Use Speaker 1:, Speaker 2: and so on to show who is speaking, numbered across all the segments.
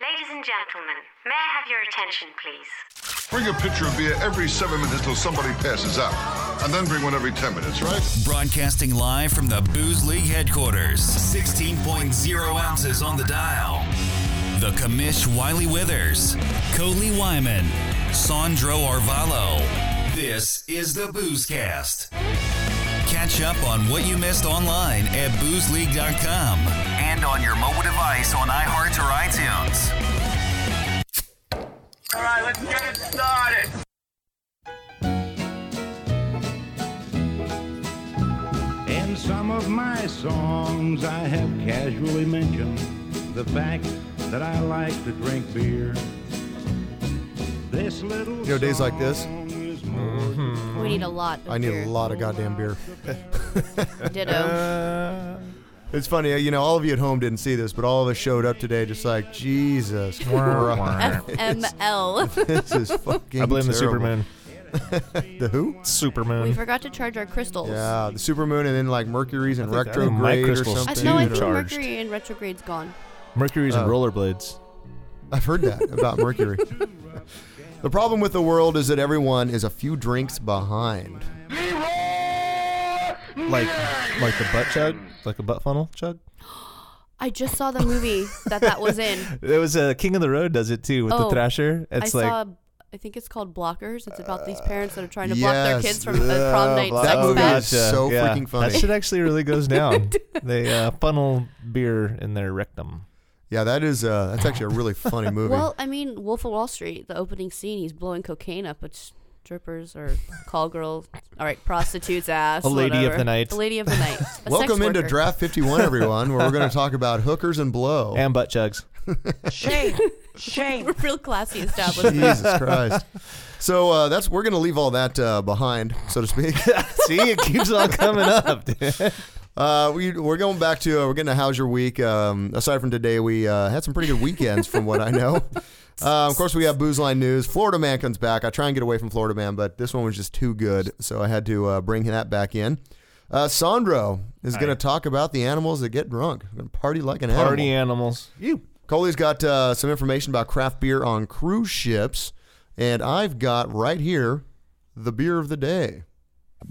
Speaker 1: Ladies and gentlemen, may I have your attention, please?
Speaker 2: Bring a pitcher of beer every seven minutes till somebody passes out. And then bring one every 10 minutes, right?
Speaker 3: Broadcasting live from the Booze League headquarters, 16.0 ounces on the dial. The Commish Wiley Withers, Coley Wyman, Sandro Arvalo. This is the Boozecast. Catch up on what you missed online at boozeleague.com and on your mobile device on iHeart or iTunes.
Speaker 4: All right, let's get it started.
Speaker 5: In some of my songs, I have casually mentioned the fact that I like to drink beer. This little
Speaker 6: You know, days like this,
Speaker 5: song is more
Speaker 7: Mm-hmm.
Speaker 8: We need a lot. Of
Speaker 6: I need
Speaker 8: beer.
Speaker 6: a lot of goddamn beer.
Speaker 8: Ditto.
Speaker 6: It's funny, you know, all of you at home didn't see this, but all of us showed up today just like, Jesus Christ.
Speaker 8: ML.
Speaker 6: this is fucking
Speaker 7: I blame the
Speaker 6: terrible.
Speaker 7: Superman.
Speaker 6: The who?
Speaker 8: we
Speaker 7: Superman.
Speaker 8: forgot to charge our crystals.
Speaker 6: Yeah, the supermoon and then like Mercury's and
Speaker 7: I think that-
Speaker 6: retrograde
Speaker 7: my
Speaker 6: or
Speaker 7: crystal's
Speaker 8: I
Speaker 6: something.
Speaker 8: know. I
Speaker 7: Dude.
Speaker 8: think
Speaker 7: Charged.
Speaker 8: Mercury and retrograde's gone.
Speaker 7: Mercury's and
Speaker 6: Oh.
Speaker 7: rollerblades.
Speaker 6: I've heard that about Mercury. the problem with the world is that everyone is a few drinks behind.
Speaker 7: Like, like the butt chug, like a butt funnel chug.
Speaker 8: I just saw the movie that that was in.
Speaker 7: There was a King of the Road does it too with
Speaker 8: Oh,
Speaker 7: the Thrasher. It's
Speaker 8: I
Speaker 7: like
Speaker 8: saw. I think it's called Blockers. It's about these parents that are trying to block their
Speaker 6: yes,
Speaker 8: kids from a prom night
Speaker 6: block-
Speaker 8: sex
Speaker 6: That movie
Speaker 8: fest.
Speaker 6: is so freaking funny.
Speaker 7: That shit actually really goes down. they uh, funnel beer in their rectum.
Speaker 6: Yeah, that is uh that's actually a really funny movie.
Speaker 8: Well, I mean, Wolf of Wall Street, the opening scene, he's blowing cocaine up a strippers or call girl, all right, prostitute's ass.
Speaker 7: A lady of
Speaker 8: whatever.
Speaker 7: the night.
Speaker 8: A lady of the night. A
Speaker 6: Welcome
Speaker 8: sex
Speaker 6: into
Speaker 8: worker.
Speaker 6: Draft 51, everyone, where we're going to talk about hookers and blow.
Speaker 7: And butt chugs.
Speaker 8: We're real classy establishment.
Speaker 6: Jesus Christ. So uh, that's we're going to leave all that uh, behind, so to speak.
Speaker 7: See, it keeps on coming up. Dude.
Speaker 6: Uh, we, we're going back to uh, we're getting to how's your week. Um, aside from today, we uh, had some pretty good weekends, from what I know. Uh, of course, we have booze line news. Florida man comes back. I try and get away from Florida man, but this one was just too good, so I had to uh, bring that back in. Uh, Sandro is going to talk about the animals that get drunk. We're going to party like an animal.
Speaker 7: Party animals.
Speaker 6: You. Coley's got uh, some information about craft beer on cruise ships, and I've got right here the beer of the day.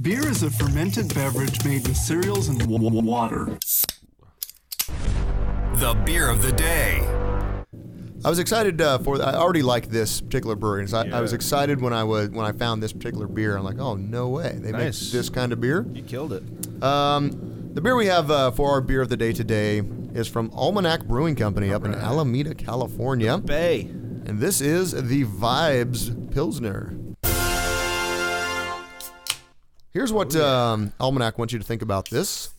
Speaker 9: Beer is a fermented beverage made with cereals and w- w- water.
Speaker 3: The beer of the day.
Speaker 6: I was excited uh, for. I already liked this particular brewery. So I, I was excited when I was when I found this particular beer. I'm like, oh no way, they
Speaker 7: Nice.
Speaker 6: make this kind of beer.
Speaker 7: You killed it.
Speaker 6: Um, the beer we have uh, for our beer of the day today is from Almanac Brewing Company up in Alameda, California,
Speaker 7: Bay.
Speaker 6: and this is the Vibes Pilsner. Here's what
Speaker 7: Oh,
Speaker 6: um, Almanac wants you to think about this.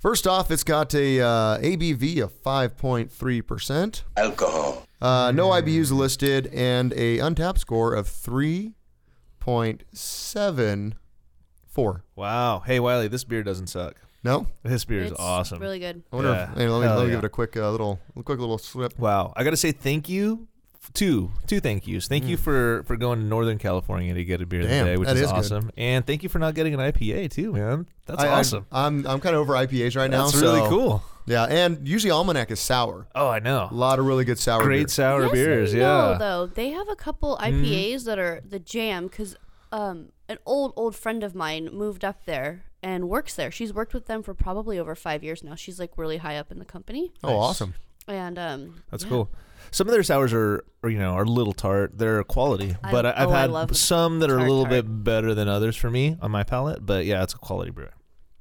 Speaker 6: First off, it's got a uh, ABV of 5.3 percent.
Speaker 4: Alcohol.
Speaker 6: Uh, no IBUs listed and a untapped score of 3.74.
Speaker 7: Wow. Hey, Wiley, this beer doesn't suck.
Speaker 6: No?
Speaker 7: This beer is
Speaker 8: It's
Speaker 7: awesome.
Speaker 8: Really good.
Speaker 6: I wonder
Speaker 7: Yeah.
Speaker 6: if, hey, let me,
Speaker 7: Hell
Speaker 6: let me
Speaker 7: yeah.
Speaker 6: give it a quick uh, little quick little slip.
Speaker 7: Wow, I gotta say thank you. Two, two thank yous. Thank you for for going to Northern California to get a beer
Speaker 6: Damn,
Speaker 7: today, which
Speaker 6: that
Speaker 7: is
Speaker 6: is good.
Speaker 7: awesome. And thank you for not getting an IPA too, man. That's
Speaker 6: I- I- uh,
Speaker 7: awesome.
Speaker 6: I'm, I'm kind of over IPAs right now.
Speaker 7: That's really
Speaker 6: so-
Speaker 7: cool.
Speaker 6: Yeah, and usually Almanac is sour.
Speaker 7: Oh, I
Speaker 6: A
Speaker 7: know.
Speaker 6: lot of really good sour
Speaker 7: Great
Speaker 6: beer.
Speaker 7: sour
Speaker 8: yes
Speaker 7: beers.
Speaker 8: and
Speaker 7: yeah.
Speaker 8: No, though they have a couple
Speaker 6: Mm.
Speaker 8: IPAs that are the jam because um, an old old friend of mine moved up there and works there. She's worked with them for probably over five years now. She's like really high up in the company,
Speaker 6: oh, awesome.
Speaker 8: and um,
Speaker 7: That's cool. Some of their sours are, are, you know, are a little tart. They're quality,
Speaker 8: I-
Speaker 7: but I, I've
Speaker 8: oh, I
Speaker 7: had
Speaker 8: love
Speaker 7: some that are a
Speaker 8: tart,
Speaker 7: little
Speaker 8: tart.
Speaker 7: bit better than others for me on my palate. But yeah, it's a quality brewer.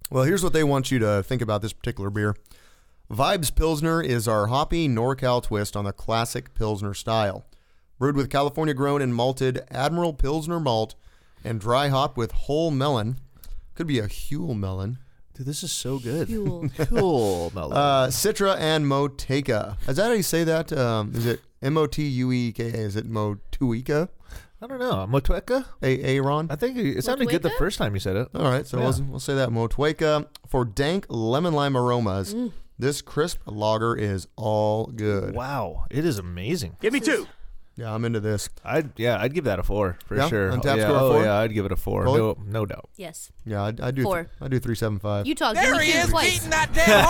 Speaker 6: Well, here's what they want you to think about this particular beer. Vibes Pilsner is our hoppy NorCal twist on the classic Pilsner style. Brewed with California grown and malted Admiral Pilsner malt and dry hop with whole melon. Could be a Huel melon.
Speaker 7: Dude, this is so good.
Speaker 8: Huel.
Speaker 7: cool, Mellow.
Speaker 6: Uh, Citra and Moteca. Is that how you say that? Um, is it M O T U E K A? Is it Motuica?
Speaker 7: I don't know. Motueka?
Speaker 6: A- Aaron?
Speaker 7: I think it, it sounded good the
Speaker 8: Motueka?
Speaker 7: first time you said it.
Speaker 6: All right, so we'll, we'll say that Motueka for dank lemon lime aromas. This crisp lager is all good.
Speaker 7: Wow, it is amazing.
Speaker 4: Give me two.
Speaker 6: Yeah, I'm into this.
Speaker 7: I'd yeah, I'd give that a four for
Speaker 6: Yeah?
Speaker 7: sure.
Speaker 6: On tap
Speaker 7: yeah,
Speaker 6: score, a
Speaker 7: oh
Speaker 6: four?
Speaker 7: yeah, I'd give it a four.
Speaker 6: Colin?
Speaker 7: No, no doubt.
Speaker 8: Yes.
Speaker 6: Yeah, I, I do.
Speaker 8: Four.
Speaker 6: I do three seven five.
Speaker 8: Utah's there he is twice.
Speaker 10: that damn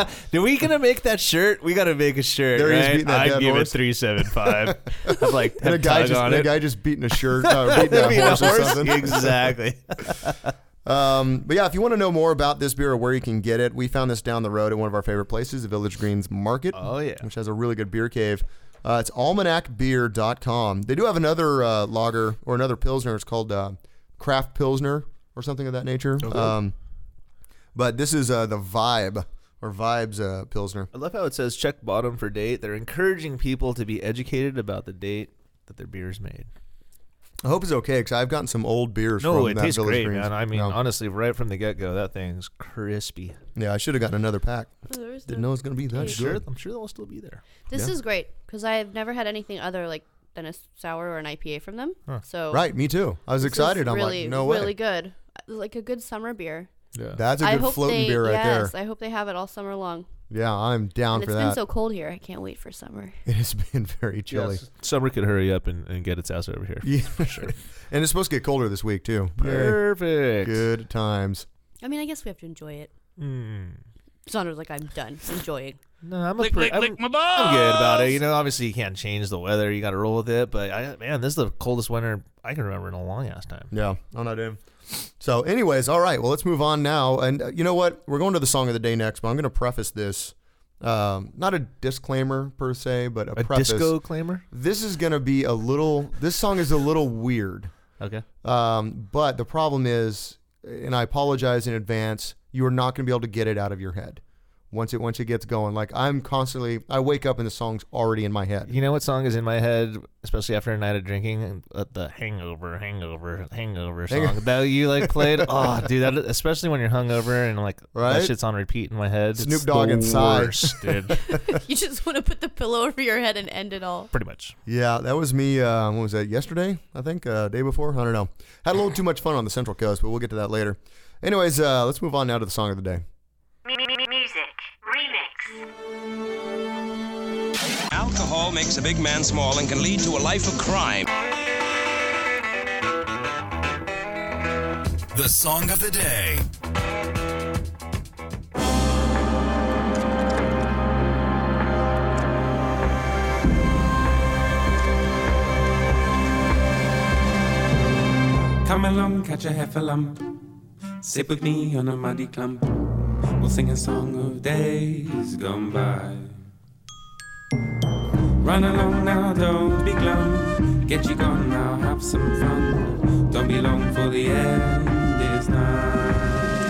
Speaker 10: horse.
Speaker 7: Did we gonna make that shirt? We gotta make a shirt.
Speaker 6: There he is
Speaker 7: right?
Speaker 6: beating that
Speaker 7: I'd
Speaker 6: dead
Speaker 7: give
Speaker 6: horse.
Speaker 7: it three seven five. I'd like
Speaker 6: and a
Speaker 7: have
Speaker 6: guy
Speaker 7: Tug
Speaker 6: just
Speaker 7: on
Speaker 6: and a
Speaker 7: it.
Speaker 6: guy just beating a shirt, uh, beating a
Speaker 7: Beating a
Speaker 6: horse or
Speaker 7: horse?
Speaker 6: something.
Speaker 7: exactly.
Speaker 6: Um, but yeah, if you want to know more about this beer or where you can get it, we found this down the road at one of our favorite places, the Village Greens Market.
Speaker 7: Oh, yeah.
Speaker 6: which has a really good beer cave. Uh, it's almanacbeer.com. They do have another uh, lager or another pilsner. It's called uh, Craft Pilsner or something of that nature. Um, but this is uh, the Vibe or Vibes uh, Pilsner.
Speaker 7: I love how it says check bottom for date. They're encouraging people to be educated about the date that their beer is made.
Speaker 6: I hope it's okay because I've gotten some old beers
Speaker 7: No,
Speaker 6: from
Speaker 7: it
Speaker 6: that
Speaker 7: tastes
Speaker 6: Village
Speaker 7: great,
Speaker 6: Greens.
Speaker 7: man. I mean,
Speaker 6: No.
Speaker 7: honestly, right from the get go, that thing's crispy.
Speaker 6: yeah, I should have gotten another pack.
Speaker 8: There is
Speaker 6: Didn't
Speaker 8: no-
Speaker 6: know it's gonna be that
Speaker 8: Hey.
Speaker 7: Sure,
Speaker 6: good.
Speaker 7: I'm sure they'll still be there.
Speaker 8: This is great because I've never had anything other like than a sour or an IPA from them. So
Speaker 6: Right, me too. I was
Speaker 8: this is
Speaker 6: excited. I'm
Speaker 8: really,
Speaker 6: like, no way.
Speaker 8: Really good, like a good summer beer.
Speaker 7: Yeah.
Speaker 6: That's a
Speaker 8: I
Speaker 6: good
Speaker 8: hope
Speaker 6: floating
Speaker 8: they,
Speaker 6: beer right
Speaker 8: yes,
Speaker 6: there.
Speaker 8: I hope they have it all summer long.
Speaker 6: yeah, I'm down
Speaker 8: and
Speaker 6: for
Speaker 8: it's
Speaker 6: that.
Speaker 8: been so cold here. I can't wait for summer.
Speaker 6: it has been very chilly.
Speaker 7: Summer could hurry up and, and get its ass over here.
Speaker 6: Yeah, and it's supposed to get colder this week too. Yay.
Speaker 7: Perfect.
Speaker 6: Good times.
Speaker 8: I mean, I guess we have to enjoy it.
Speaker 7: Mm.
Speaker 8: Saunder's like, I'm done enjoying.
Speaker 7: No, I'm a pretty, I'm, I'm good about it. You know, obviously you can't change the weather. You got to roll with it. But I, man, this is the coldest winter I can remember in a long ass time.
Speaker 6: Yeah, I'm not in. So, anyways, all right. Well, let's move on now. And uh, you know what? We're going to the song of the day next, but I'm going to preface this. Um, not a disclaimer per se, but a,
Speaker 7: A
Speaker 6: preface.
Speaker 7: disco claimer.
Speaker 6: This is going to be a little. This song is a little weird.
Speaker 7: Okay.
Speaker 6: Um, but the problem is, and I apologize in advance, you are not going to be able to get it out of your head once it once it gets going. Like I'm constantly, I wake up and the song's already in my head.
Speaker 7: You know what song is in my head, especially after a night of drinking? Uh, the Hangover, Hangover, Hangover song that you like played. oh, dude, that, especially when you're hungover and like
Speaker 6: Right?
Speaker 7: that shit's on repeat in my head. It's
Speaker 6: Snoop Dogg
Speaker 7: the
Speaker 6: and Psy.
Speaker 7: worst, dude.
Speaker 8: you just want to put the pillow over your head and end it all.
Speaker 7: Pretty much.
Speaker 6: Yeah, that was me. Uh, what was that? Yesterday, I think, uh, day before. I don't know. Had a little too much fun on the Central Coast, but we'll get to that later. Anyways, uh, let's move on now to the song of the day.
Speaker 1: M- m- music remix.
Speaker 10: Alcohol makes a big man small and can lead to a life of crime.
Speaker 3: The song of the day.
Speaker 11: Come along, catch a heifer lump. Sit with me on a muddy clump. We'll sing a song of days gone by. Run along now, don't be glum. Get you gone now, have some fun. Don't be long for the end is nigh.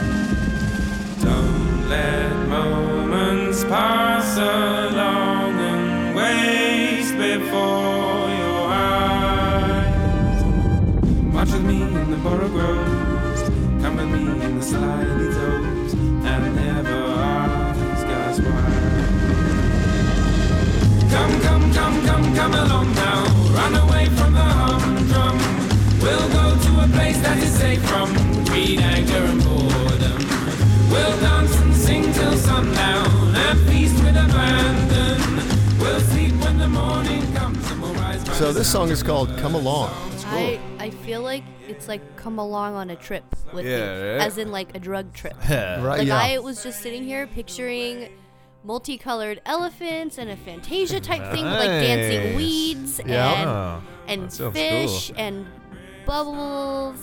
Speaker 11: Don't let moments pass along and waste before your eyes. March with me in the borough groves. Come with me in the slidey toes. And never ask us why. Come, come, come, come, come along now. Run away from the humdrum. We'll go to a place that is safe from greed, anger, and boredom. We'll dance and sing till sundown and feast with abandon. We'll sleep when the morning comes and we'll rise by
Speaker 6: So
Speaker 11: the
Speaker 6: this song
Speaker 11: sound of
Speaker 6: is
Speaker 11: the
Speaker 6: called
Speaker 11: birds.
Speaker 6: "Come Along." It's cool.
Speaker 8: I, I feel like it's like come along on a trip with me,
Speaker 7: Yeah, right?
Speaker 8: as in like a drug trip.
Speaker 6: right?
Speaker 8: Like
Speaker 6: yeah.
Speaker 8: I was just sitting here picturing multicolored elephants and a Fantasia type thing with like dancing
Speaker 7: Nice.
Speaker 8: weeds
Speaker 7: Yeah.
Speaker 8: and and
Speaker 7: That sounds
Speaker 8: fish
Speaker 7: cool.
Speaker 8: and bubbles.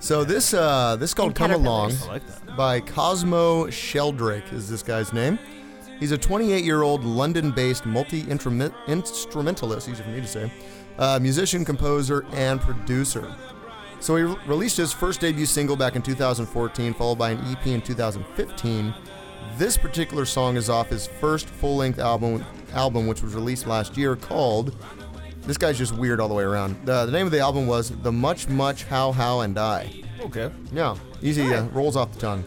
Speaker 6: so this uh, this is called
Speaker 8: And
Speaker 6: "Come Along."
Speaker 8: caterpillars.
Speaker 7: I like that.
Speaker 6: by Cosmo Sheldrake is this guy's name. He's a 28-year-old London-based multi-instrumentalist, easy for me to say, uh, musician, composer, and producer. So he re- released his first debut single back in 2014, followed by an EP in 2015. This particular song is off his first full-length album, album which was released last year, called. This guy's just weird all the way around. Uh, the name of the album was "The Much Much How How and I."
Speaker 7: Okay.
Speaker 6: Yeah, easy. Uh, rolls off the tongue.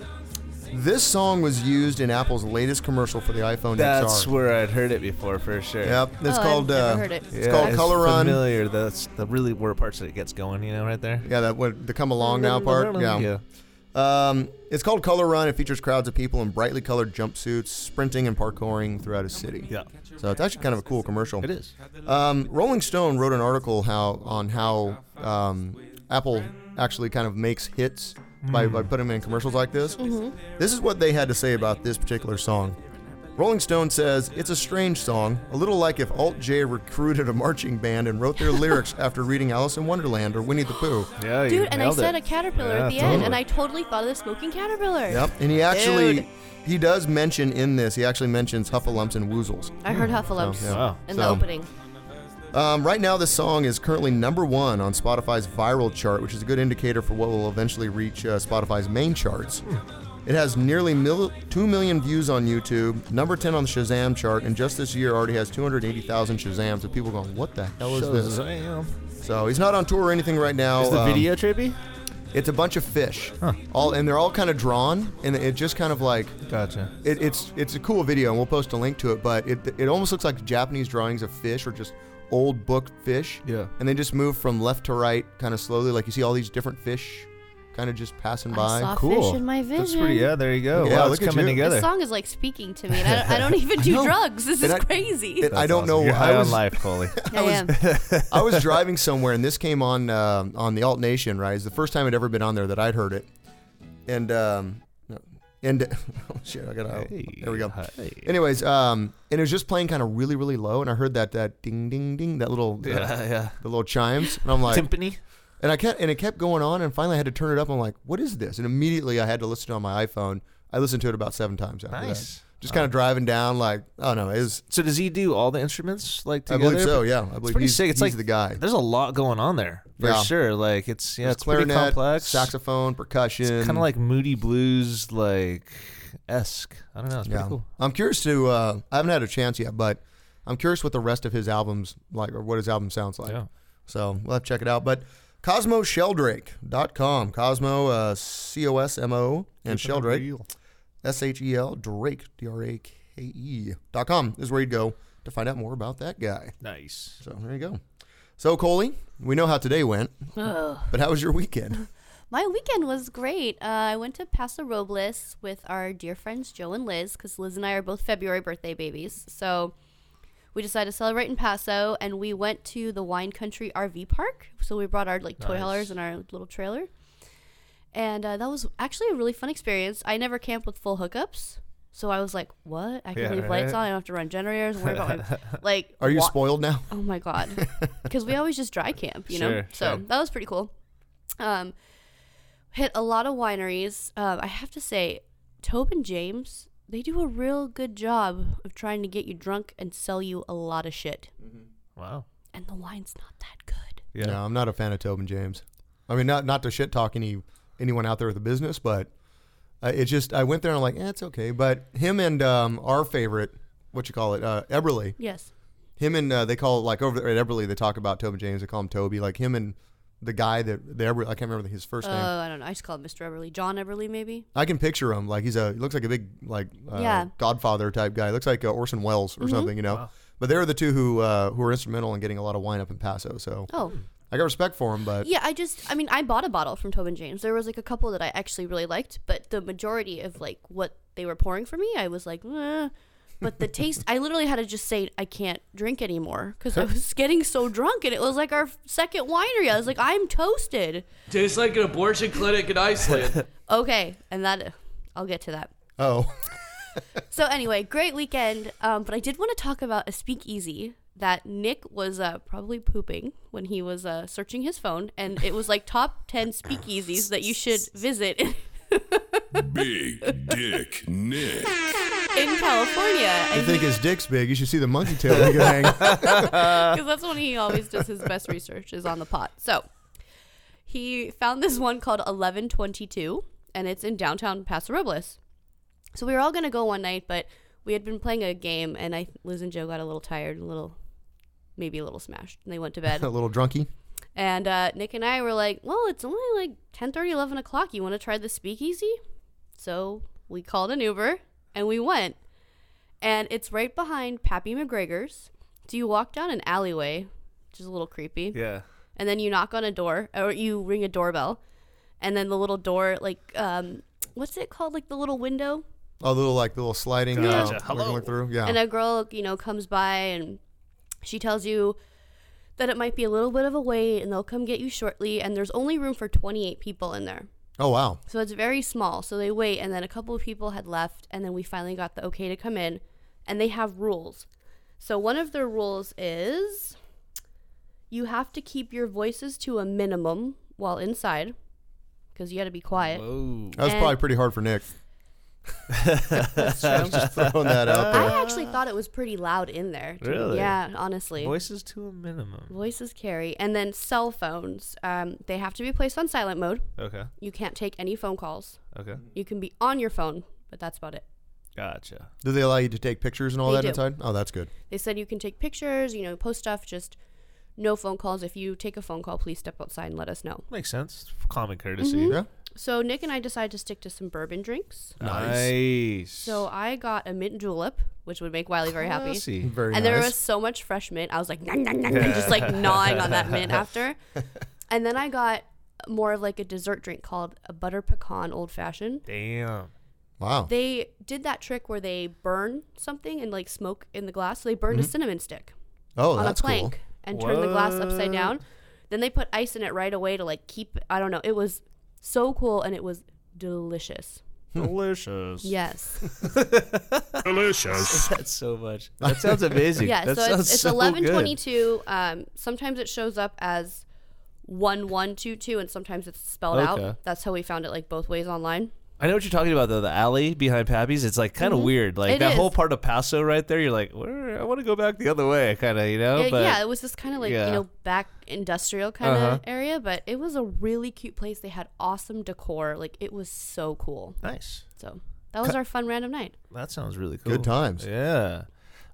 Speaker 6: This song was used in Apple's latest commercial for the iPhone
Speaker 7: That's
Speaker 6: XR.
Speaker 7: where I'd heard it before for sure.
Speaker 6: yep, it's
Speaker 8: Oh, I've
Speaker 6: called.
Speaker 8: never
Speaker 6: uh,
Speaker 8: heard it.
Speaker 6: It's
Speaker 7: Yeah,
Speaker 6: called Color Run.
Speaker 7: Familiar. That's the really where parts that it gets going. You know, right there.
Speaker 6: Yeah, that what the come along now part. Yeah. Um, it's called Color Run. It features crowds of people in brightly colored jumpsuits, sprinting and parkouring throughout a city. Yeah. So it's actually kind of a cool commercial. It
Speaker 7: is.
Speaker 6: Um, Rolling Stone wrote an article how on how um, Apple actually kind of makes hits by,
Speaker 7: Mm.
Speaker 6: by putting them in commercials like this.
Speaker 8: Mhm.
Speaker 6: This is what they had to say about this particular song. Rolling Stone says it's a strange song, a little like if Alt J recruited a marching band and wrote their lyrics after reading Alice in Wonderland or Winnie the Pooh.
Speaker 7: Oh,
Speaker 6: Yeah,
Speaker 8: Dude, and I said a caterpillar at the end, and I totally thought of the smoking caterpillar.
Speaker 6: Yep, and he actually
Speaker 8: Dude,
Speaker 6: he does mention in this. He actually mentions Huffalumps and Woozles.
Speaker 8: I heard Huffalumps
Speaker 6: So, yeah.
Speaker 8: in the
Speaker 6: So,
Speaker 8: opening.
Speaker 6: Um, right now, this song is currently number one on Spotify's viral chart, which is a good indicator for what will eventually reach uh, Spotify's main charts.
Speaker 7: Hmm.
Speaker 6: It has nearly mil- 2 million views on YouTube, number 10 on the Shazam chart, and just this year already has 280,000 Shazams of people going, What the hell is
Speaker 7: Shazam.
Speaker 6: this? So he's not on tour or anything right now.
Speaker 7: Is the video
Speaker 6: trippy? It's a bunch of fish, all and they're all kind of drawn, and it just kind of like
Speaker 7: Gotcha.
Speaker 6: it, it's it's a cool video, and we'll post a link to it. But it it almost looks like Japanese drawings of fish or just old book fish.
Speaker 7: Yeah.
Speaker 6: And they just move from left to right, kind of slowly. Like you see all these different fish, kind of just passing by.
Speaker 8: saw Cool. fish in my That's pretty- vision. yeah, there you go.
Speaker 6: Look at-
Speaker 8: Wow,
Speaker 6: yeah,
Speaker 8: it's
Speaker 6: look at
Speaker 7: coming
Speaker 6: you.
Speaker 7: together.
Speaker 8: This song is like speaking to me, and I, don't- I don't even do drugs. This is
Speaker 6: And I-
Speaker 8: crazy.
Speaker 6: and I don't know.
Speaker 7: You're high
Speaker 6: I
Speaker 7: on
Speaker 6: was,
Speaker 7: life, Coley.
Speaker 8: I am.
Speaker 6: I was driving somewhere, and this came on um on the Alt Nation. Right, it's the first time it would ever been on there that I'd heard it, and um, no, and oh, shit, I gotta. there we go. Anyways, um, and it was just playing kind of really, really low, and I heard that that ding, ding, ding, that little uh,
Speaker 7: Yeah, yeah.
Speaker 6: the little chimes, and I'm like
Speaker 7: Timpani?
Speaker 6: and I kept and it kept going on, and finally I had to turn it up. I'm like, what is this? And immediately I had to listen to it on my iPhone. I listened to it about seven times after
Speaker 7: Nice.
Speaker 6: that. Just kind of driving down, like, oh no, it was.
Speaker 7: So does he do all the instruments like
Speaker 6: I
Speaker 7: together?
Speaker 6: believe so, yeah. I
Speaker 7: it's
Speaker 6: believe
Speaker 7: pretty
Speaker 6: he's-
Speaker 7: sick. It's
Speaker 6: he's
Speaker 7: like
Speaker 6: the guy.
Speaker 7: There's a lot going on there for
Speaker 6: Yeah.
Speaker 7: sure. Like it's yeah,
Speaker 6: There's
Speaker 7: it's pretty
Speaker 6: clarinet,
Speaker 7: complex.
Speaker 6: saxophone, percussion.
Speaker 7: It's kind of like moody blues, like esque. I don't know. It's pretty
Speaker 6: Yeah.
Speaker 7: cool.
Speaker 6: I'm curious to. Uh, I haven't had a chance yet, but I'm curious what the rest of his albums like, or what his album sounds like.
Speaker 7: Yeah.
Speaker 6: So we'll have to check it out. But CosmoSheldrake.com. Cosmo, uh, C O S M O, and
Speaker 7: Keeping it
Speaker 6: Sheldrake,
Speaker 7: real.
Speaker 6: S H E L Drake, D R A K E dot com is where you'd go to find out more about that guy.
Speaker 7: Nice.
Speaker 6: So there you go. So Coley, we know how today went,
Speaker 8: Ugh.
Speaker 6: but how was your weekend?
Speaker 8: My weekend was great. Uh, I went to Paso Robles with our dear friends Joe and Liz because Liz and I are both February birthday babies. So we decided to celebrate in Paso, and we went to the Wine Country RV Park. So we brought our like toy
Speaker 12: Nice.
Speaker 8: haulers and our little trailer, and uh, that was actually a really fun experience. I never camped with full hookups, so I was like, "What? I can
Speaker 6: Yeah,
Speaker 8: leave lights
Speaker 6: right.
Speaker 8: on. I don't have to run generators. and Worry about my like."
Speaker 6: Are you
Speaker 8: wa-
Speaker 6: spoiled now?
Speaker 8: Oh my god, because we always just dry camp, you know.
Speaker 6: Sure,
Speaker 8: So
Speaker 6: sure.
Speaker 8: that was pretty cool. Um, hit a lot of wineries. Um, I have to say, Tobe and James, they do a real good job of trying to get you drunk and sell you a lot of shit.
Speaker 7: Wow.
Speaker 8: And the wine's not that.
Speaker 7: Yeah.
Speaker 6: No, I'm not a fan of Tobin James. I mean, not not to shit talk any anyone out there with a business, but uh, it just I went there and I'm like, eh, it's okay. But him and um, our favorite, what you call it, uh, Eberly.
Speaker 8: Yes.
Speaker 6: Him and uh, they call it like over there at Eberly, they talk about Tobin James. They call him Toby. Like him and the guy that the Eberly, I can't remember his first
Speaker 8: Oh,
Speaker 6: name.
Speaker 8: I don't know. I just call him Mr. Everly, John Everly, maybe.
Speaker 6: I can picture him like he's a he looks like a big like uh,
Speaker 8: Yeah.
Speaker 6: Godfather type guy. He looks like uh, Orson Welles or
Speaker 8: Mhm.
Speaker 6: something, you know.
Speaker 8: Wow.
Speaker 6: But they are the two who uh, who are instrumental in getting a lot of wine up in Paso. So
Speaker 8: Oh.
Speaker 6: I got respect for him, but
Speaker 8: Yeah, I just, I mean, I bought a bottle from Tobin James. There was like a couple that I actually really liked, but the majority of like what they were pouring for me, I was like, eh. but the taste, I literally had to just say I can't drink anymore because I was getting so drunk, and it was like our second winery. I was like, I'm toasted.
Speaker 13: Tastes like an abortion clinic in Iceland.
Speaker 8: Okay, and that, I'll get to that.
Speaker 6: oh.
Speaker 8: So anyway, great weekend. Um, but I did want to talk about a speakeasy that Nick was uh, probably pooping when he was uh, searching his phone, and it was like top ten speakeasies that you should visit
Speaker 14: Big Dick Nick.
Speaker 8: in California.
Speaker 6: You think his dick's big? You should see the monkey tail he could hang.
Speaker 8: Because Uh. that's when he always does his best research is on the pot. So he found this one called 1122, and it's in downtown Paso Robles. So we were all going to go one night, but we had been playing a game, and I Liz and Joe got a little tired, a little, maybe a little smashed, and they went to bed.
Speaker 6: a little drunky.
Speaker 8: And uh, Nick and I were like, well, it's only like 10 11 o'clock. You want to try the speakeasy? So we called an Uber and we went. And it's right behind Pappy McGregor's. So you walk down an alleyway, which is a little creepy.
Speaker 7: Yeah.
Speaker 8: And then you knock on a door or you ring a doorbell. and then the little door, like um, what's it called? Like the little window.
Speaker 6: Oh, the little like the little sliding. uh,
Speaker 8: Gotcha.
Speaker 6: we're gonna
Speaker 8: Hello.
Speaker 6: Look through. Yeah.
Speaker 8: And a girl, you know, comes by and she tells you that it might be a little bit of a wait and they'll come get you shortly. And there's only room for 28 people in there.
Speaker 6: oh wow.
Speaker 8: So it's very small. So they wait, and then a couple of people had left, and then we finally got the okay to come in, and they have rules. So one of their rules is you have to keep your voices to a minimum while inside because you got to be quiet.
Speaker 6: That was
Speaker 8: And-
Speaker 6: probably pretty hard for Nick.
Speaker 8: That's
Speaker 6: true. Just throwing that out there.
Speaker 8: I actually thought it was pretty loud in there. to-
Speaker 7: Really?
Speaker 8: Yeah, honestly.
Speaker 7: Voices to a minimum.
Speaker 8: Voices carry. And then cell phones. Um, they have to be placed on silent mode.
Speaker 7: Okay.
Speaker 8: You can't take any phone calls.
Speaker 7: Okay.
Speaker 8: You can be on your phone, but that's about it.
Speaker 7: Gotcha.
Speaker 6: Do they allow you to take pictures and all
Speaker 8: They
Speaker 6: that
Speaker 8: do.
Speaker 6: inside? Oh, that's good.
Speaker 8: They said you can take pictures, you know, post stuff, just no phone calls. If you take a phone call, please step outside and let us know.
Speaker 7: Makes sense. Common courtesy.
Speaker 8: Mhm. So Nick and I decided to stick to some bourbon drinks.
Speaker 7: Nice.
Speaker 8: Mm-hmm. So I got a mint julep, which would make Wiley very happy.
Speaker 7: Classy. Very
Speaker 8: and there
Speaker 7: nice.
Speaker 8: was so much fresh mint. I was like, "Nom, nom, nom, nom," just like gnawing on that mint after. And then I got more of like a dessert drink called a butter pecan old fashioned.
Speaker 7: Damn.
Speaker 6: Wow.
Speaker 8: They did that trick where they burn something and like smoke in the glass. So they burned
Speaker 6: Mhm.
Speaker 8: a
Speaker 7: Mm-hmm.
Speaker 8: cinnamon stick
Speaker 6: Oh,
Speaker 8: on
Speaker 6: that's
Speaker 8: a plank
Speaker 6: cool.
Speaker 8: and turned the glass upside
Speaker 6: What?
Speaker 8: down. Then they put ice in it right away to like keep. I don't know. It was so cool and it was delicious.
Speaker 7: Hmm. Delicious.
Speaker 8: Yes.
Speaker 7: Delicious. That's so much. That sounds amazing.
Speaker 8: Yeah,
Speaker 7: That
Speaker 8: so
Speaker 7: sounds
Speaker 8: it's, it's
Speaker 7: so good.
Speaker 8: eleven twenty two. Um, sometimes it shows up as one one two two, and sometimes it's spelled
Speaker 7: Okay.
Speaker 8: out. That's how we found it, like both ways online.
Speaker 7: I know what you're talking about though. The alley behind Pappy's, it's like kind of
Speaker 8: Mhm.
Speaker 7: weird. Like
Speaker 8: It
Speaker 7: that
Speaker 8: is.
Speaker 7: whole part of Paso right there. You're like, where? I want to go back the other way, kind of. You know.
Speaker 8: yeah,
Speaker 7: Oh, but
Speaker 8: yeah, it was this kind of like
Speaker 7: yeah.
Speaker 8: you know back industrial kind of
Speaker 7: Uh-huh.
Speaker 8: area, but it was a really cute place. They had awesome decor. Like it was so cool.
Speaker 7: Nice.
Speaker 8: So that was
Speaker 7: Cu-
Speaker 8: our fun random night.
Speaker 7: That sounds really cool.
Speaker 6: Good times.
Speaker 7: Yeah.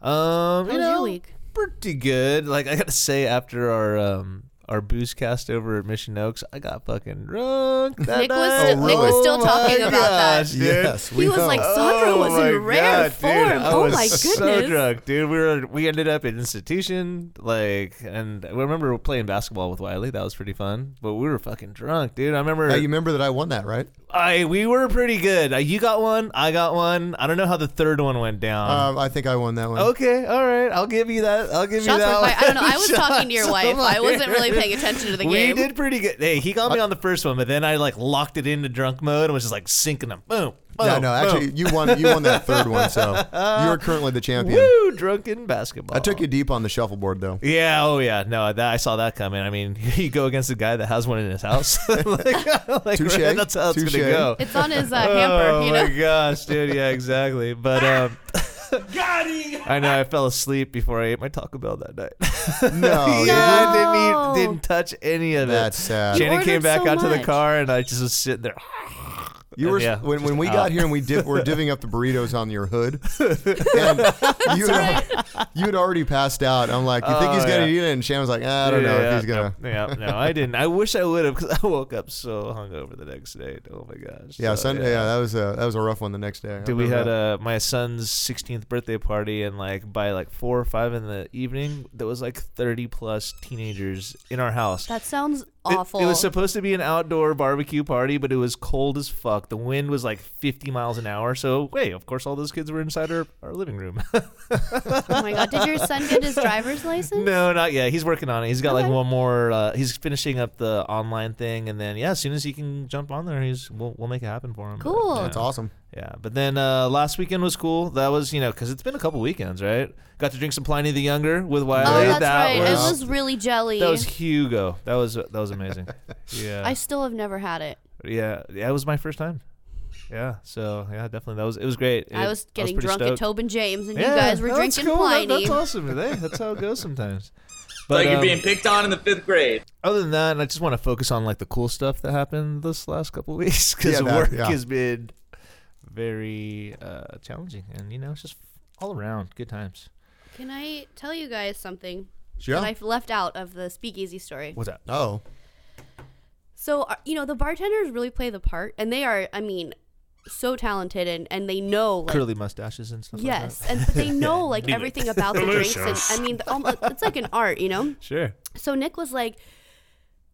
Speaker 7: Um,
Speaker 8: How
Speaker 7: you
Speaker 8: was your
Speaker 7: know,
Speaker 8: week?
Speaker 7: Pretty good. Like I gotta say, after our um our booze cast over at Mission Oaks, I got fucking drunk. That
Speaker 8: Nick was
Speaker 7: night.
Speaker 8: still, Nick was still
Speaker 7: Oh my
Speaker 8: talking about that.
Speaker 7: gosh, dude.
Speaker 6: Yes,
Speaker 8: we He was know. like, Sandra was in
Speaker 7: Oh my
Speaker 8: rare
Speaker 7: dude.
Speaker 8: form.
Speaker 7: I
Speaker 8: Oh
Speaker 7: was
Speaker 8: my
Speaker 7: So
Speaker 8: goodness.
Speaker 7: drunk, dude. We were we ended up at institution, like, and I remember playing basketball with Wiley. That was pretty fun. But we were fucking drunk, dude. I remember.
Speaker 6: Now, you remember that I won that, right?
Speaker 7: I we were pretty good. Uh, You got one. I got one. I don't know how the third one went down.
Speaker 6: um, I think I won that one.
Speaker 7: Uh-huh. Okay, all right. I'll give you that. I'll give
Speaker 8: Shots
Speaker 7: you that.
Speaker 8: were
Speaker 7: One.
Speaker 8: fired. I don't know. I was talking to your
Speaker 7: Shots
Speaker 8: wife. I wasn't really
Speaker 7: fired.
Speaker 8: paying attention to the
Speaker 7: we
Speaker 8: game. Uh,
Speaker 7: did pretty good. Hey, he got me on the first one, but then I like locked it into drunk mode and was just like sinking them. Boom. boom
Speaker 6: no, no. Actually,
Speaker 7: boom.
Speaker 6: you won. You won that third one, so you are currently the champion.
Speaker 7: Woo, drunken basketball.
Speaker 6: I took you deep on the shuffleboard, though.
Speaker 7: Yeah. Oh, yeah. No, that, I saw that coming. I mean, you go against a guy that has one in his house. like, like,
Speaker 6: Touche.
Speaker 7: That's how it's
Speaker 6: Touche.
Speaker 7: gonna go.
Speaker 8: It's on his uh, hamper,
Speaker 7: Oh
Speaker 8: you
Speaker 7: my
Speaker 8: know.
Speaker 7: gosh, dude. Yeah, exactly. But um, I know I fell asleep before I ate my Taco Bell that night.
Speaker 6: No,
Speaker 7: yeah, I
Speaker 8: No.
Speaker 7: didn't, eat, didn't touch any of
Speaker 6: That's
Speaker 7: it.
Speaker 6: sad. You
Speaker 7: Shannon came
Speaker 8: ordered
Speaker 7: back
Speaker 8: so
Speaker 7: out to the
Speaker 8: much.
Speaker 7: car, and I just was sitting there.
Speaker 6: You
Speaker 7: And
Speaker 6: were
Speaker 7: yeah, Oh.
Speaker 6: when, when
Speaker 7: just
Speaker 6: we got
Speaker 7: out.
Speaker 6: here and we dip, were divvying up the burritos on your hood. And you, had, you had already passed out. I'm like, you think he's
Speaker 7: Oh,
Speaker 6: gonna
Speaker 7: yeah.
Speaker 6: eat it? And Shannon was like, I don't know if
Speaker 7: Yeah,
Speaker 6: he's gonna.
Speaker 7: Yeah, no, I didn't. I wish I would have because I woke up so hungover the next day. Oh my gosh.
Speaker 6: Yeah,
Speaker 7: So,
Speaker 6: Sunday. Yeah, that was a that was a rough one. The next day, I
Speaker 7: Dude, we
Speaker 6: remember
Speaker 7: had
Speaker 6: that.
Speaker 7: uh, my son's 16th birthday party, and like by like four or five in the evening, there was like 30 plus teenagers in our house.
Speaker 8: That sounds
Speaker 7: It-
Speaker 8: awful.
Speaker 7: It, was supposed to be an outdoor barbecue party, but it was cold as fuck. The wind was like 50 miles an hour. So, wait, of course, all those kids were inside our, our living room.
Speaker 8: oh my god! Did your son get his driver's license?
Speaker 7: no, not yet. He's working on it. He's got like one more. Uh, he's finishing up the online thing, and then yeah, as soon as he can jump on there, he's we'll, we'll make it happen for him. But,
Speaker 8: Cool.
Speaker 7: yeah.
Speaker 6: That's awesome.
Speaker 7: Yeah, but then uh, last weekend was cool. That was you know because it's been a couple weekends, right? Got to drink some Pliny the Younger with
Speaker 8: Oh,
Speaker 7: Wiley.
Speaker 8: that's
Speaker 7: that
Speaker 8: right.
Speaker 7: was,
Speaker 8: it was really jelly.
Speaker 7: that was Hugo. That was that was amazing. yeah.
Speaker 8: I still have never had it.
Speaker 7: Yeah, yeah, it was my first time. Yeah, so yeah, definitely that was it was great. It-
Speaker 8: I was getting
Speaker 7: pretty
Speaker 8: drunk
Speaker 7: stoked.
Speaker 8: at Tobin James, and
Speaker 7: Yeah,
Speaker 8: you guys were
Speaker 7: that's
Speaker 8: drinking
Speaker 7: cool. That-
Speaker 8: Pliny.
Speaker 7: that's awesome. Hey, that's how it goes sometimes.
Speaker 4: like you're
Speaker 7: um,
Speaker 4: being picked on in the fifth grade.
Speaker 7: other than that, I just want to focus on like the cool stuff that happened this last couple of weeks because
Speaker 6: Yeah, that-
Speaker 7: work
Speaker 6: yeah.
Speaker 7: has been very uh, challenging, and you know, it's just all around good times.
Speaker 8: Can I tell you guys something
Speaker 7: Yeah.
Speaker 8: that I've left out of the speakeasy story?
Speaker 7: What's that?
Speaker 6: Oh,
Speaker 8: So, uh, you know, the bartenders really play the part, and they are, I mean, so talented, and, and they know, like,
Speaker 7: Curly mustaches and stuff.
Speaker 8: yes,
Speaker 7: like that.
Speaker 8: and but they know, like,
Speaker 7: Knew it.
Speaker 8: everything about the drinks, and
Speaker 7: Delicious.
Speaker 8: I mean, almost, it's like an art, you know?
Speaker 7: Sure.
Speaker 8: So Nick was like,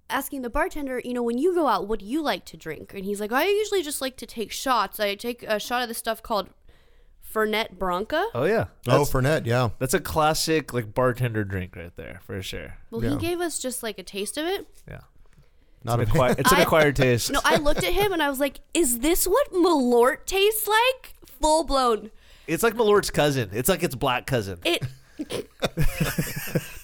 Speaker 8: asking the bartender, you know, when you go out, what do you like to drink? And he's like, I usually just like to take shots. I take a shot of this stuff called Fernet Branca.
Speaker 7: Oh yeah.
Speaker 6: Oh, Fernet, yeah.
Speaker 7: That's a classic like bartender drink right there for sure.
Speaker 8: Well, he gave us just like a taste of it.
Speaker 7: yeah.
Speaker 6: Not
Speaker 7: it's an acquired, it's an
Speaker 8: I-
Speaker 7: acquired taste.
Speaker 8: No, I looked at him and I was like, is this what Malort tastes like? Full blown.
Speaker 7: It's like Malort's cousin. It's like its black cousin.
Speaker 8: It.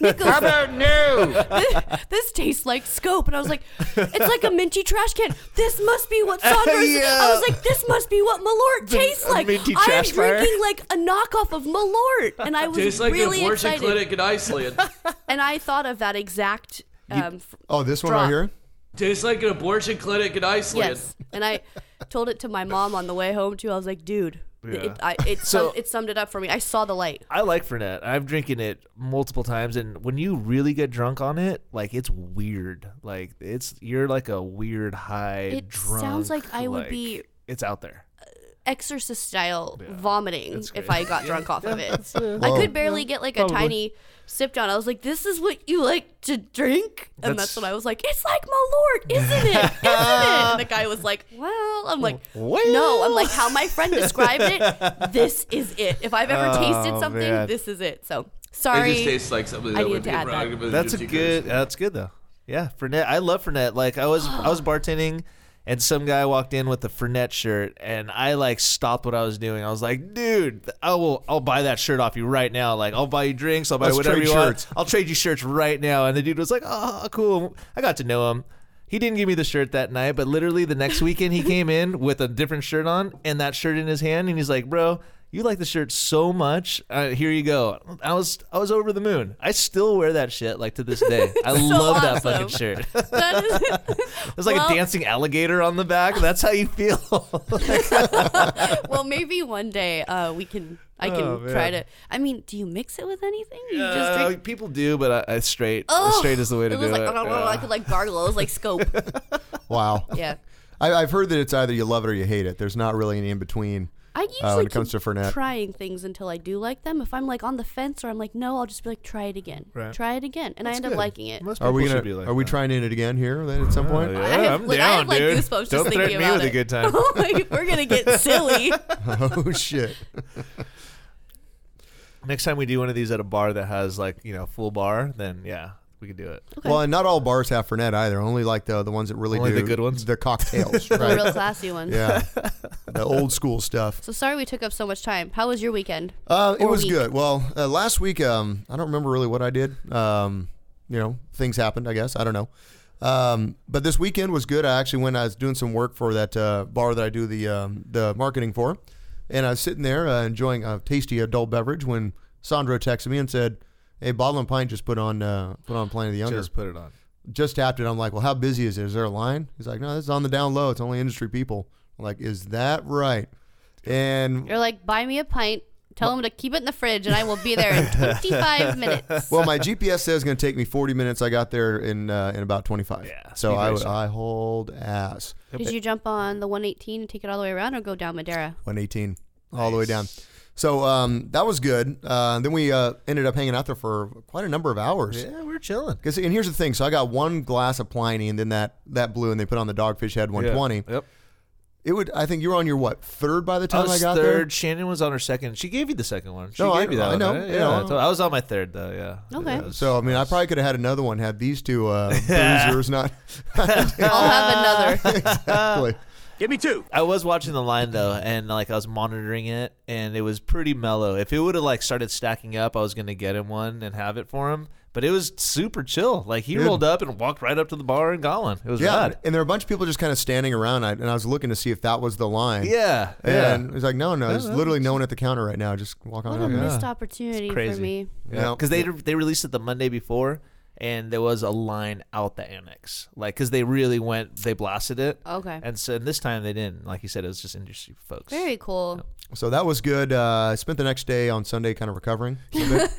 Speaker 7: How about
Speaker 8: this, this tastes like scope. And I was like, it's like a minty trash can. This must be what Saunders. I was
Speaker 7: Yeah.
Speaker 8: like, this must be what Malort
Speaker 7: The-
Speaker 8: tastes
Speaker 7: a
Speaker 8: like.
Speaker 7: minty
Speaker 8: I'm
Speaker 7: trash fire.
Speaker 8: drinking like a knockoff of Malort. And I was
Speaker 13: Tastes like
Speaker 8: really
Speaker 13: an abortion
Speaker 8: excited.
Speaker 13: clinic in Iceland.
Speaker 8: And I thought of that exact. Um, f-
Speaker 6: Oh, this one
Speaker 8: Drop.
Speaker 6: right here.
Speaker 13: Tastes like an abortion clinic in Iceland.
Speaker 8: yes. And I told it to my mom on the way home, too. I was like, dude.
Speaker 7: Yeah.
Speaker 8: It, I, it,
Speaker 7: So-
Speaker 8: sum, it summed it up for me. I saw the light.
Speaker 7: I like Fernet. I've drinking it multiple times, and when you really get drunk on it, like it's weird. Like it's you're like a weird high.
Speaker 8: It
Speaker 7: drunk,
Speaker 8: sounds like I would be-
Speaker 7: It's out there.
Speaker 8: exorcist style vomiting if I got drunk off of it. I
Speaker 7: Whoa.
Speaker 8: could barely get like a
Speaker 7: Probably.
Speaker 8: tiny sip down. I was like, this is what you like to drink? And that's,
Speaker 7: That's-
Speaker 8: when I was like, it's like my lord, isn't it? Isn't it? And the guy was like, well, I'm like, no. I'm like, how my friend described it, this is it. If I've ever tasted
Speaker 7: Oh,
Speaker 8: something,
Speaker 7: man.
Speaker 8: this is it. So
Speaker 13: It
Speaker 8: sorry.
Speaker 13: just tastes like something
Speaker 8: I
Speaker 13: that would
Speaker 8: needed
Speaker 13: be
Speaker 8: to add that.
Speaker 13: prerogative. of
Speaker 7: That's a
Speaker 13: just you
Speaker 7: good. That's good though. Yeah, Fernet. I love Fernet. Like I was, I was bartending, and some guy walked in with a Fernet shirt, and I like stopped what I was doing. I was like, "Dude, I will, I'll buy that shirt off you right now. Like, I'll buy you drinks. I'll buy
Speaker 6: Let's
Speaker 7: whatever
Speaker 6: trade
Speaker 7: you
Speaker 6: shirts."
Speaker 7: want. I'll trade you shirts right now." And the dude was like, "Oh, cool." I got to know him. He didn't give me the shirt that night, but literally the next weekend he came in with a different shirt on and that shirt in his hand, and he's like, "Bro." You like the shirt so much. Uh, here you go. I was I was over the moon. I still wear that shit like to this day. I
Speaker 8: So
Speaker 7: love that
Speaker 8: awesome.
Speaker 7: fucking shirt. There's like a dancing alligator on the back. That's how you feel.
Speaker 8: well, maybe one day uh, we can. I can
Speaker 7: Oh,
Speaker 8: try
Speaker 7: man.
Speaker 8: to. I mean, do you mix it with anything? You just
Speaker 7: Uh,
Speaker 8: drink
Speaker 7: people do, but I, I straight
Speaker 8: Oh,
Speaker 7: straight is the way to
Speaker 8: it was
Speaker 7: do
Speaker 8: like,
Speaker 7: it.
Speaker 8: I could like gargle. It was like scope.
Speaker 6: Wow.
Speaker 8: Yeah.
Speaker 6: I, I've heard that it's either you love it or you hate it. There's not really any in between.
Speaker 8: I
Speaker 6: uh,
Speaker 8: usually
Speaker 6: when it comes to
Speaker 8: keep
Speaker 6: Fernet.
Speaker 8: trying things until I do like them. If I'm like on the fence or I'm like, no, I'll just be like, try it again.
Speaker 6: Right.
Speaker 8: Try it again. And I end up liking it.
Speaker 6: are we
Speaker 7: people
Speaker 6: gonna,
Speaker 7: should be like Oh,
Speaker 6: are we trying in it again here then at some point?
Speaker 7: yeah, I have- I'm like, I have, down, like, dude. goosebumps just Don't thinking threaten me about with a it. good time.
Speaker 8: Oh my- we're gonna get silly.
Speaker 6: oh shit.
Speaker 7: Next time we do one of these at a bar that has like you know full bar, then yeah, we could do it.
Speaker 6: Well, and not all bars have Fernet either. Only like the the ones that really
Speaker 7: Only
Speaker 6: do
Speaker 7: the good ones?
Speaker 6: The cocktails,
Speaker 8: The
Speaker 6: right?
Speaker 8: real classy ones.
Speaker 6: Yeah, the old school stuff.
Speaker 8: So sorry we took up so much time. How was your weekend?
Speaker 6: Uh, it
Speaker 8: Or
Speaker 6: was
Speaker 8: week?
Speaker 6: good. Well, uh, last week, um, I don't remember really what I did. Um, you know, things happened, I guess. I don't know. Um, but this weekend was good. I actually went, I was doing some work for that uh, bar that I do the, um, the marketing for. And I was sitting there uh, enjoying a tasty adult beverage when Sandro texted me and said, Hey, Bottle and Pint just put on uh, put on Planet of the Younger.
Speaker 7: Just put it on.
Speaker 6: Just tapped it. I'm like, Well, how busy is it? Is there a line? He's like, No, this is on the down low. It's only industry people. I'm like, Is that right? And
Speaker 8: You're like, buy me a pint. Tell him to keep it in the fridge, and I will be there in 25 minutes.
Speaker 6: well, my GPS says it's going to take me 40 minutes. I got there in uh, in about 25. Yeah. So
Speaker 7: speed
Speaker 6: I,
Speaker 7: racer.
Speaker 6: I hold ass.
Speaker 8: Did you jump on the 118 and take it all the way around, or go down Madeira?
Speaker 6: 118 all the way down. So um, that was good. Uh, then we uh, ended up hanging out there for quite a number of hours.
Speaker 7: Yeah, we're chilling.
Speaker 6: 'Cause- and here's the thing. So I got one glass of Pliny, and then that that blue, and they put on the Dogfish Head 120.
Speaker 7: Yep.
Speaker 6: It would. I think you were on your what third by the
Speaker 7: I
Speaker 6: time I,
Speaker 7: was
Speaker 6: got
Speaker 7: third.
Speaker 6: there.
Speaker 7: Shannon was on her second. She gave you the second one. She
Speaker 6: No, I-
Speaker 7: gave you that
Speaker 6: I
Speaker 7: one.
Speaker 6: know,
Speaker 7: right?
Speaker 6: yeah.
Speaker 7: Yeah, I, told- I was on my third though. Yeah.
Speaker 8: Okay.
Speaker 6: So um, I mean, I probably could have had another one had these two uh, boozers not.
Speaker 8: I'll have another.
Speaker 6: exactly.
Speaker 7: Give me two. I was watching the line though, and like I was monitoring it, and it was pretty mellow. If it would have like started stacking up, I was gonna get him one and have it for him. But it was super chill. Like he
Speaker 6: Dude.
Speaker 7: rolled up and walked right up to the bar and got one. It was
Speaker 6: yeah,
Speaker 7: rad.
Speaker 6: and there were a bunch of people just kind of standing around, I- and I was looking to see if that was the line.
Speaker 7: Yeah, yeah.
Speaker 6: and it's like, no, no, there's
Speaker 7: No, no,
Speaker 6: literally no one at the counter right now. Just walk on.
Speaker 8: What a
Speaker 6: up.
Speaker 8: missed opportunity for me.
Speaker 7: Yeah, because they they released it the Monday before, and there was a line out the annex, like because they really went, they blasted it.
Speaker 8: Okay.
Speaker 7: and so this time they didn't. Like you said, it was just industry folks.
Speaker 8: Very cool.
Speaker 6: So that was good. Uh, I spent the next day on Sunday kind of recovering because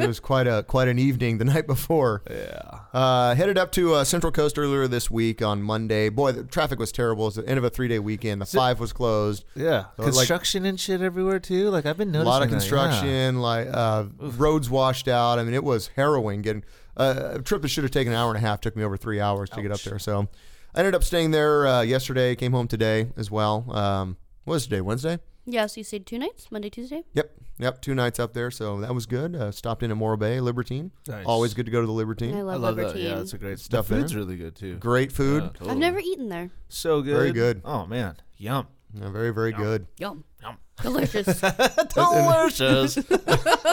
Speaker 6: it was quite a quite an evening the night before. Yeah. Uh, headed up to uh, Central Coast earlier this week on Monday. Boy, the traffic was terrible. It's the end of a three day weekend. The five was closed.
Speaker 7: Yeah,
Speaker 6: So, like,
Speaker 7: construction and shit everywhere too. Like I've been
Speaker 6: a
Speaker 7: noticing
Speaker 6: lot of
Speaker 7: that, yeah.
Speaker 6: construction, like uh, roads washed out. I mean, it was harrowing. Getting uh, a trip that should have taken an hour and a half took me over three hours to get up there. So I ended up staying there uh, yesterday. Came home today as well. Um, what was today? Wednesday.
Speaker 8: Yeah, so you stayed two nights, Monday, Tuesday.
Speaker 6: Yep, yep. Two nights up there, so that was good. Uh, stopped in at Morro Bay, Libertine.
Speaker 7: Nice.
Speaker 6: Always good to go to the Libertine.
Speaker 8: I love I love that. Yeah, Libertine. that's a
Speaker 7: great-
Speaker 6: stuff.
Speaker 7: the food's
Speaker 6: there.
Speaker 7: really good, too.
Speaker 6: Great food.
Speaker 7: Yeah, totally.
Speaker 8: I've never eaten there.
Speaker 7: So good.
Speaker 6: Very good.
Speaker 7: Oh man, yum.
Speaker 6: Yeah, Uh, very very good.
Speaker 8: Yum. Delicious.
Speaker 7: Delicious.
Speaker 8: We're like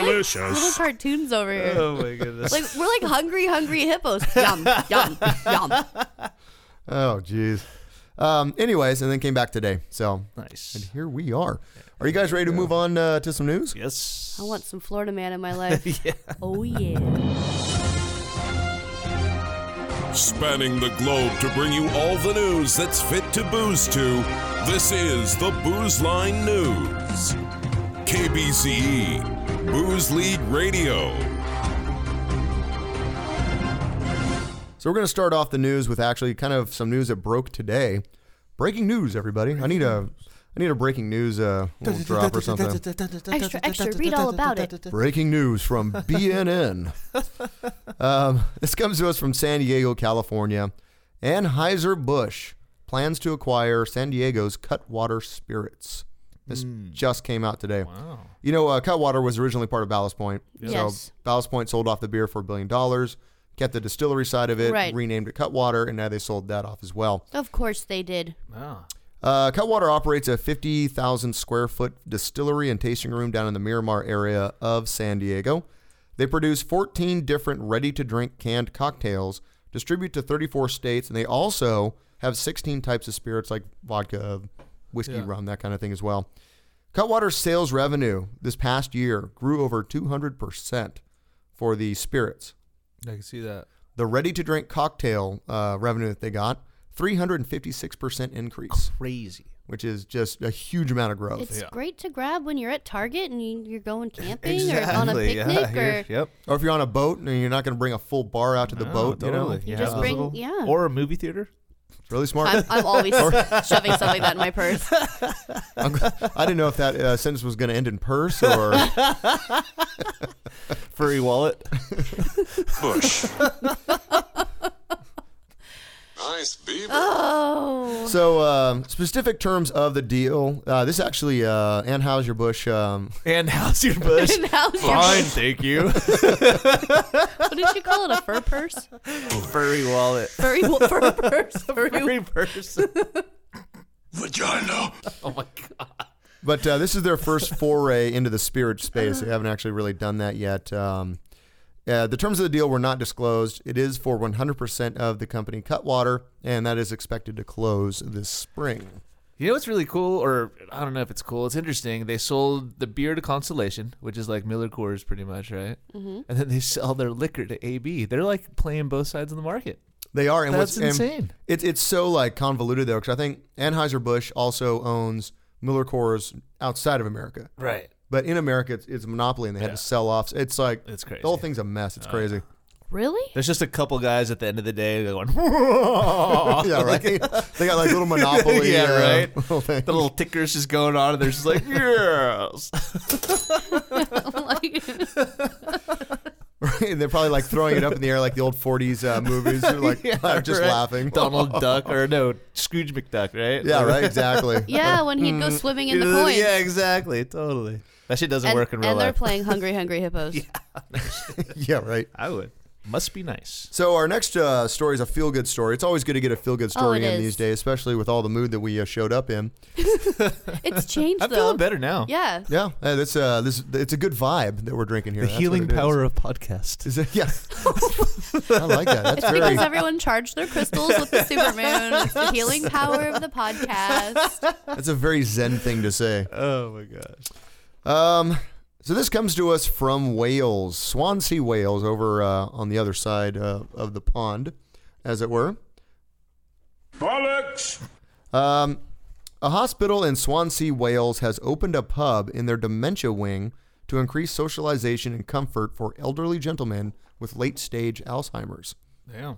Speaker 6: Delicious.
Speaker 8: little cartoons over here.
Speaker 7: Oh, my goodness.
Speaker 8: Like we're like hungry, hungry hippos. Yum, yum, yum.
Speaker 6: Oh jeez. Um, anyways, and then came back today. So
Speaker 7: nice.
Speaker 6: And here we are. Are you guys ready to move on uh, to some news?
Speaker 7: Yes.
Speaker 8: I want some Florida man in my life. Oh yeah.
Speaker 14: Spanning the globe to bring you all the news that's fit to booze to, this is the Booze Line News. KBCE, E, Booze League Radio.
Speaker 6: So we're going to start off the news with actually kind of some news that broke today. Breaking news, everybody. I need a I need a breaking news uh, little drop or something.
Speaker 8: Extra, extra. Read all about it.
Speaker 6: Breaking news from BNN. um, this comes to us from San Diego, California. Anheuser-Busch plans to acquire San Diego's Cutwater Spirits. This just came out today. Wow. You know, uh, Cutwater was originally part of Ballast Point.
Speaker 8: Yeah.
Speaker 6: So
Speaker 8: Yes.
Speaker 6: Ballast Point sold off the beer for a billion dollars, kept the distillery side of it,
Speaker 8: Right.
Speaker 6: renamed it Cutwater, and now they sold that off as well.
Speaker 8: Of course they did.
Speaker 7: Ah,
Speaker 6: Uh, Cutwater operates a 50,000 square foot distillery and tasting room down in the Miramar area of San Diego. They produce 14 different ready to drink canned cocktails, distribute to 34 states, and they also have 16 types of spirits like vodka, whiskey,
Speaker 7: Yeah.
Speaker 6: rum, that kind of thing as well. Cutwater's sales revenue this past year grew over 200% for the spirits
Speaker 7: I can see that.
Speaker 6: the ready to drink cocktail uh, revenue that they got 356% increase
Speaker 7: crazy
Speaker 6: which is just a huge amount of growth
Speaker 8: It's great to grab when you're at Target and you, you're going camping or on a
Speaker 6: Exactly, yeah,
Speaker 8: picnic
Speaker 6: here-
Speaker 8: or
Speaker 7: Yep.
Speaker 6: or if you're on a boat and you're not going to bring a full bar out to the
Speaker 7: No,
Speaker 6: boat
Speaker 7: Ah, totally.
Speaker 6: you
Speaker 7: You
Speaker 6: know
Speaker 8: just bring- yeah.
Speaker 7: Or a movie theater.
Speaker 6: It's really smart
Speaker 8: I'm, I'm always
Speaker 6: Or-
Speaker 8: shoving something like that in my purse.
Speaker 6: I'm g- i didn't know if that uh, sentence was going to end in purse or
Speaker 7: furry wallet
Speaker 14: bush
Speaker 12: Nice beaver.
Speaker 8: Oh.
Speaker 6: so um, specific terms of the deal uh, this actually uh, anheuser-busch um,
Speaker 7: and how's your bush?
Speaker 8: Anheuser-Busch.
Speaker 7: Fine, thank you.
Speaker 8: what did you call it? A fur purse?
Speaker 7: furry wallet.
Speaker 8: Furry wa- fur purse. Furry,
Speaker 7: furry purse.
Speaker 14: Vagina.
Speaker 7: Oh my
Speaker 6: But uh, this is their first foray into the spirit space. They haven't actually really done that yet. Um, uh, the terms of the deal were not disclosed. It is for 100% of the company Cutwater, and that is expected to close this spring.
Speaker 7: You know what's really cool, or I don't know if it's cool. It's interesting. They sold the beer to Constellation, which is like Miller Coors, pretty much, right?
Speaker 8: Mhm.
Speaker 7: And then they sell their liquor to AB. They're like playing both sides of the market.
Speaker 6: They are. And what's,
Speaker 7: That's
Speaker 6: and
Speaker 7: insane.
Speaker 6: It's it's so like convoluted though, because I think Anheuser Busch also owns Miller Coors outside of America.
Speaker 7: Right.
Speaker 6: But in America, it's, it's a monopoly, and they have to sell offs. It's like
Speaker 7: It's crazy. Oh,
Speaker 6: The whole thing's a mess. It's crazy.
Speaker 8: Really?
Speaker 7: There's just a couple guys at the end of the day going.
Speaker 6: yeah, right. they got like little monopoly.
Speaker 7: yeah,
Speaker 6: uh,
Speaker 7: right. The little tickers just going on, and they're just like, yes.
Speaker 6: Right, and they're probably like throwing it up in the air like the old 40s uh, movies. They're like
Speaker 7: Yeah,
Speaker 6: just
Speaker 7: right.
Speaker 6: laughing.
Speaker 7: Donald Duck or no Scrooge McDuck, right?
Speaker 6: Yeah, right, exactly.
Speaker 8: Yeah, when he'd go swimming in the
Speaker 7: Yeah,
Speaker 8: coins.
Speaker 7: Yeah, exactly, totally. That shit doesn't
Speaker 8: and,
Speaker 7: work in real
Speaker 8: and they're
Speaker 7: life.
Speaker 8: playing Hungry Hungry Hippos.
Speaker 6: yeah, right.
Speaker 7: I would. Must be nice.
Speaker 6: So our next uh, story is a feel-good story. It's always good to get a feel-good
Speaker 8: Oh,
Speaker 6: story
Speaker 8: it
Speaker 6: in
Speaker 8: is.
Speaker 6: these days, especially with all the mood that we uh, showed up in.
Speaker 8: It's changed
Speaker 7: I'm
Speaker 8: though.
Speaker 7: feeling better now.
Speaker 8: Yeah.
Speaker 6: Yeah, uh, that's uh, this. It's a good vibe that we're drinking here.
Speaker 7: The
Speaker 6: That's what
Speaker 7: healing
Speaker 6: it is.
Speaker 7: power of podcast.
Speaker 6: Is it? Yeah. I like that. That's
Speaker 8: it's
Speaker 6: very.
Speaker 8: because everyone charged their crystals with the supermoon. It's the healing power of the podcast.
Speaker 6: That's a very zen thing to say.
Speaker 7: Oh my gosh.
Speaker 6: Um, so this comes to us from Wales, Swansea, Wales, over uh, on the other side uh, of the pond, as it were.
Speaker 14: Bollocks.
Speaker 6: Um, A hospital in Swansea, Wales has opened a pub in their dementia wing to increase socialization and comfort for elderly gentlemen with late stage Alzheimer's.
Speaker 7: Damn.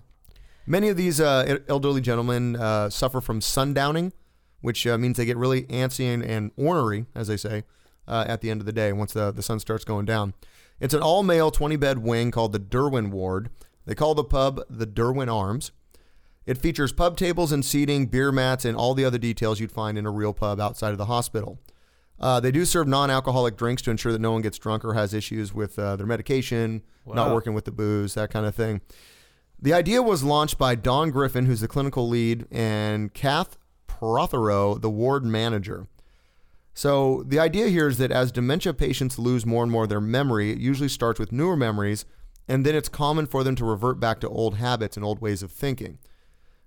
Speaker 6: Many of these uh, elderly gentlemen uh, suffer from sundowning, which uh, means they get really antsy and, and ornery, as they say, uh, at the end of the day once the, the sun starts going down. It's an all male 20 bed wing called the Derwin Ward. They call the pub the Derwin Arms. It features pub tables and seating, beer mats, and all the other details you'd find in a real pub outside of the hospital. Uh, they do serve non alcoholic drinks to ensure that no one gets drunk or has issues with uh, their medication, not
Speaker 7: Wow.
Speaker 6: working with the booze, that kind of thing. The idea was launched by Don Griffin, who's the clinical lead, and Kath Prothero, the ward manager. So the idea here is that as dementia patients lose more and more of their memory, it usually starts with newer memories, and then it's common for them to revert back to old habits and old ways of thinking.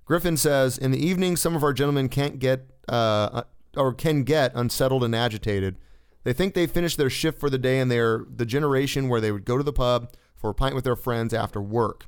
Speaker 6: Griffin says, "In the evening, some of our gentlemen can't get uh, or can get unsettled and agitated. They think they finished their shift for the day, and they're the generation where they would go to the pub for a pint with their friends after work.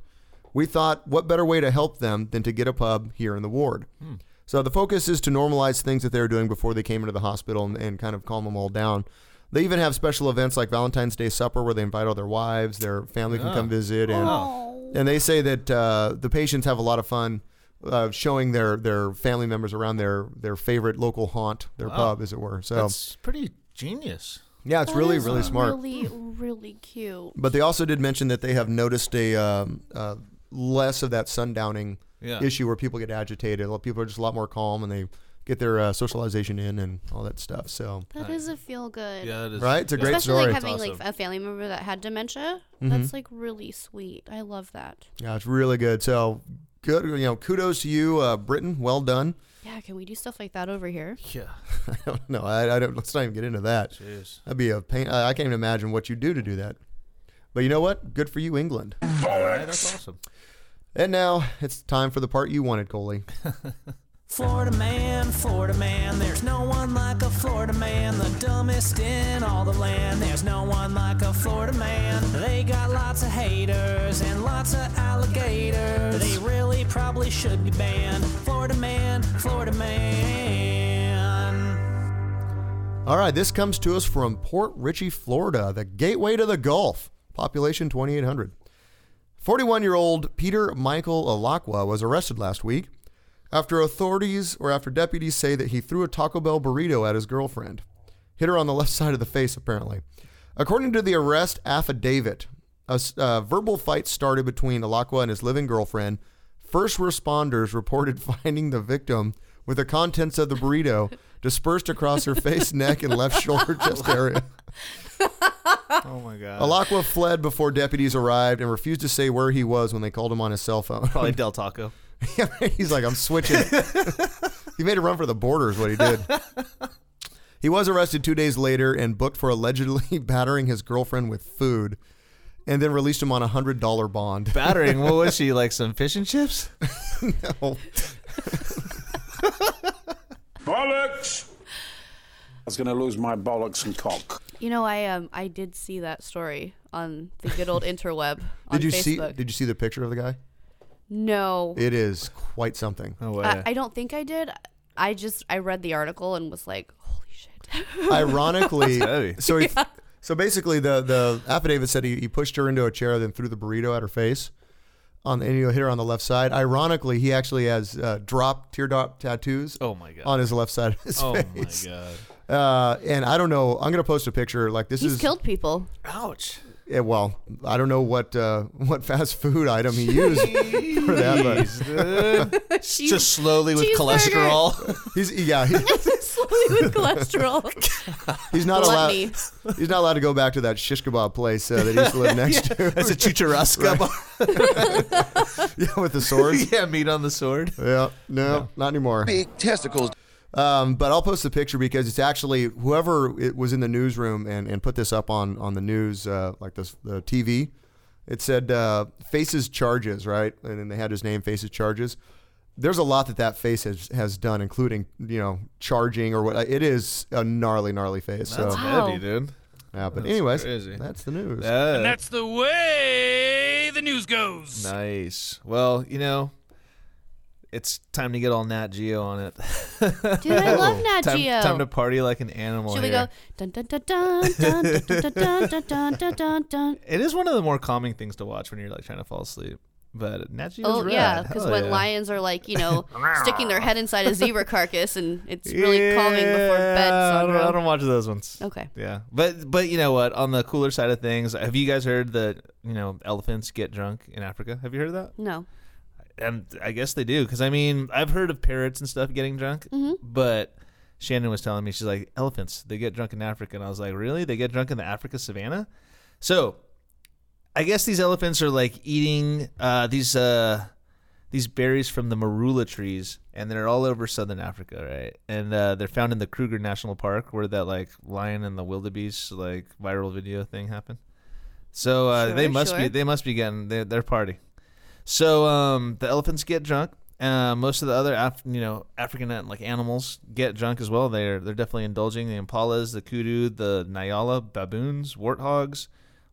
Speaker 6: We thought, what better way to help them than to get a pub here in the ward?
Speaker 15: Hmm.
Speaker 6: So the focus is to normalize things that they were doing before they came into the hospital and, and kind of calm them all down." They even have special events like Valentine's Day supper where they invite all their wives, their family can
Speaker 7: Yeah.
Speaker 6: come visit, and
Speaker 7: Wow.
Speaker 6: and they say that uh, the patients have a lot of fun uh, showing their, their family members around their, their favorite local haunt, their
Speaker 16: Wow.
Speaker 6: pub, as it were. So
Speaker 16: That's pretty genius.
Speaker 6: yeah, it's
Speaker 8: That
Speaker 6: really
Speaker 8: is
Speaker 6: really smart.
Speaker 8: Really, really cute.
Speaker 6: But they also did mention that they have noticed a um, uh, less of that sundowning
Speaker 8: Yeah.
Speaker 6: issue where people get agitated. A lot of people are just a lot more calm and they get their uh, socialization in and all that stuff. So
Speaker 8: That is a feel good.
Speaker 6: Yeah, that is- Right? It's a great
Speaker 8: Especially
Speaker 6: story.
Speaker 8: Like having
Speaker 6: It's
Speaker 8: like a family member that had dementia.
Speaker 6: Mhm.
Speaker 8: That's like really sweet. I love that.
Speaker 6: yeah, it's really good. So good, you know, kudos to you, uh, Britain. Well done.
Speaker 8: Yeah, can we do stuff like that over here?
Speaker 7: Yeah.
Speaker 6: I don't know. I, I don't. Let's not even get into that.
Speaker 7: Jeez.
Speaker 6: That'd be a pain. I I can't even imagine what you do to do that. But you know what? Good for you, England.
Speaker 7: that's awesome.
Speaker 6: And now it's time for the part you wanted, Coley.
Speaker 17: Florida man, Florida man, there's no one like a Florida man, the dumbest in all the land. There's no one like a Florida man. They got lots of haters and lots of alligators. They really probably should be banned. Florida man, Florida man.
Speaker 6: All right, this comes to us from Port Richey, Florida, the gateway to the Gulf. Population 2,800. 41 year old Peter Michael Alakwa was arrested last week after authorities or after deputies say that he threw a Taco Bell burrito at his girlfriend. Hit her on the left side of the face, apparently. According to the arrest affidavit, a s- uh, verbal fight started between Alakwa and his living girlfriend. First responders reported finding the victim with the contents of the burrito dispersed across her face, neck, and left shoulder chest area.
Speaker 7: Oh my god.
Speaker 6: Alakwa fled before deputies arrived and refused to say where he was when they called him on his cell phone.
Speaker 7: Probably Del Taco.
Speaker 6: He's like, I'm switching. he made a run for the border, is what he did. he was arrested two days later and booked for allegedly battering his girlfriend with food and then released him on a $100 bond.
Speaker 7: Battering. What was she like? Some fish and chips?
Speaker 6: no.
Speaker 18: Bollocks! I was going to lose my bollocks and cock.
Speaker 8: You know, I um I did see that story on the good old interweb. on
Speaker 6: Did you
Speaker 8: Facebook.
Speaker 6: see? Did you see the picture of the guy?
Speaker 8: No.
Speaker 6: It is quite something. Oh,
Speaker 8: I, I don't think I did. I just I read the article and was like, holy shit.
Speaker 6: Ironically, so he,
Speaker 8: Yeah.
Speaker 6: so basically, the the affidavit said he, he pushed her into a chair, then threw the burrito at her face, on and you know, hit her on the left side. Ironically, he actually has uh, drop teardrop tattoos.
Speaker 7: Oh my God.
Speaker 6: On his left side of his
Speaker 7: Oh my
Speaker 6: face. my god! Uh, and I don't know. I'm gonna post a picture. Like this
Speaker 8: He's
Speaker 6: is
Speaker 8: killed people.
Speaker 7: Ouch.
Speaker 6: Yeah, well, I don't know what uh, what fast food item he used for that,
Speaker 7: Jeez,
Speaker 6: but
Speaker 8: Cheese-
Speaker 7: Just slowly with cheeseburger.
Speaker 6: he's yeah, he-
Speaker 8: Slowly with cholesterol.
Speaker 6: he's not
Speaker 8: Gluttony.
Speaker 6: allowed. He's not allowed to go back to that shish kebab place uh, that he used to live next to.
Speaker 7: That's a chicharrasca.
Speaker 6: yeah, with the sword.
Speaker 7: yeah, meat on the sword.
Speaker 6: Yeah, no, not anymore.
Speaker 7: Big
Speaker 6: testicles. Um, but I'll post the picture because it's actually whoever it was in the newsroom and, and put this up on on the news, uh, like this the TV. It said uh, faces charges, right? And then they had his name, faces charges. There's a lot that that face has, has done, including you know charging or what. It is a gnarly, gnarly face.
Speaker 7: That's
Speaker 6: so.
Speaker 7: heavy, dude.
Speaker 6: Yeah, but
Speaker 7: That's
Speaker 6: anyways,
Speaker 7: crazy.
Speaker 6: that's the news.
Speaker 7: Yeah.
Speaker 16: And that's the way the news goes.
Speaker 7: Nice. Well, you know, It's time to get all Nat Geo on it.
Speaker 8: Dude, I love Nat
Speaker 7: time,
Speaker 8: Geo.
Speaker 7: Time to party like an animal.
Speaker 8: Should we
Speaker 7: here.
Speaker 8: go dun dun dun dun dun dun dun dun dun dun dun dun dun?
Speaker 7: It is one of the more calming things to watch when you're like trying to fall asleep. But Nat Geo's
Speaker 8: Oh
Speaker 7: rad.
Speaker 8: yeah, because
Speaker 7: Hell
Speaker 8: when
Speaker 7: yeah.
Speaker 8: lions are like you know sticking their head inside a zebra carcass and it's really calming before bed.
Speaker 7: Yeah, I don't, I
Speaker 8: Sandro.
Speaker 7: don't watch those ones.
Speaker 8: Okay.
Speaker 7: Yeah, but but you know what? On the cooler side of things, have you guys heard that you know elephants get drunk in Africa? Have you heard of that?
Speaker 8: No.
Speaker 7: And I guess they do, because I mean, I've heard of parrots and stuff getting drunk,
Speaker 8: Mhm.
Speaker 7: but Shannon was telling me she's like elephants they get drunk in Africa, and I was like, really? They get drunk in the Africa savannah? So I guess these elephants are like eating uh, these uh, these berries from the marula trees, and they're all over southern Africa, right? And uh, they're found in the Kruger National Park, where that like lion and the wildebeest like viral video thing happened. So uh,
Speaker 15: Sure,
Speaker 7: they must be
Speaker 15: sure.
Speaker 7: they must be getting their, their party. So um, the elephants get drunk. Uh, most of the other Af- you know African uh, like animals get drunk as well. They're they're definitely indulging the impalas, the kudu, the nyala, baboons, warthogs,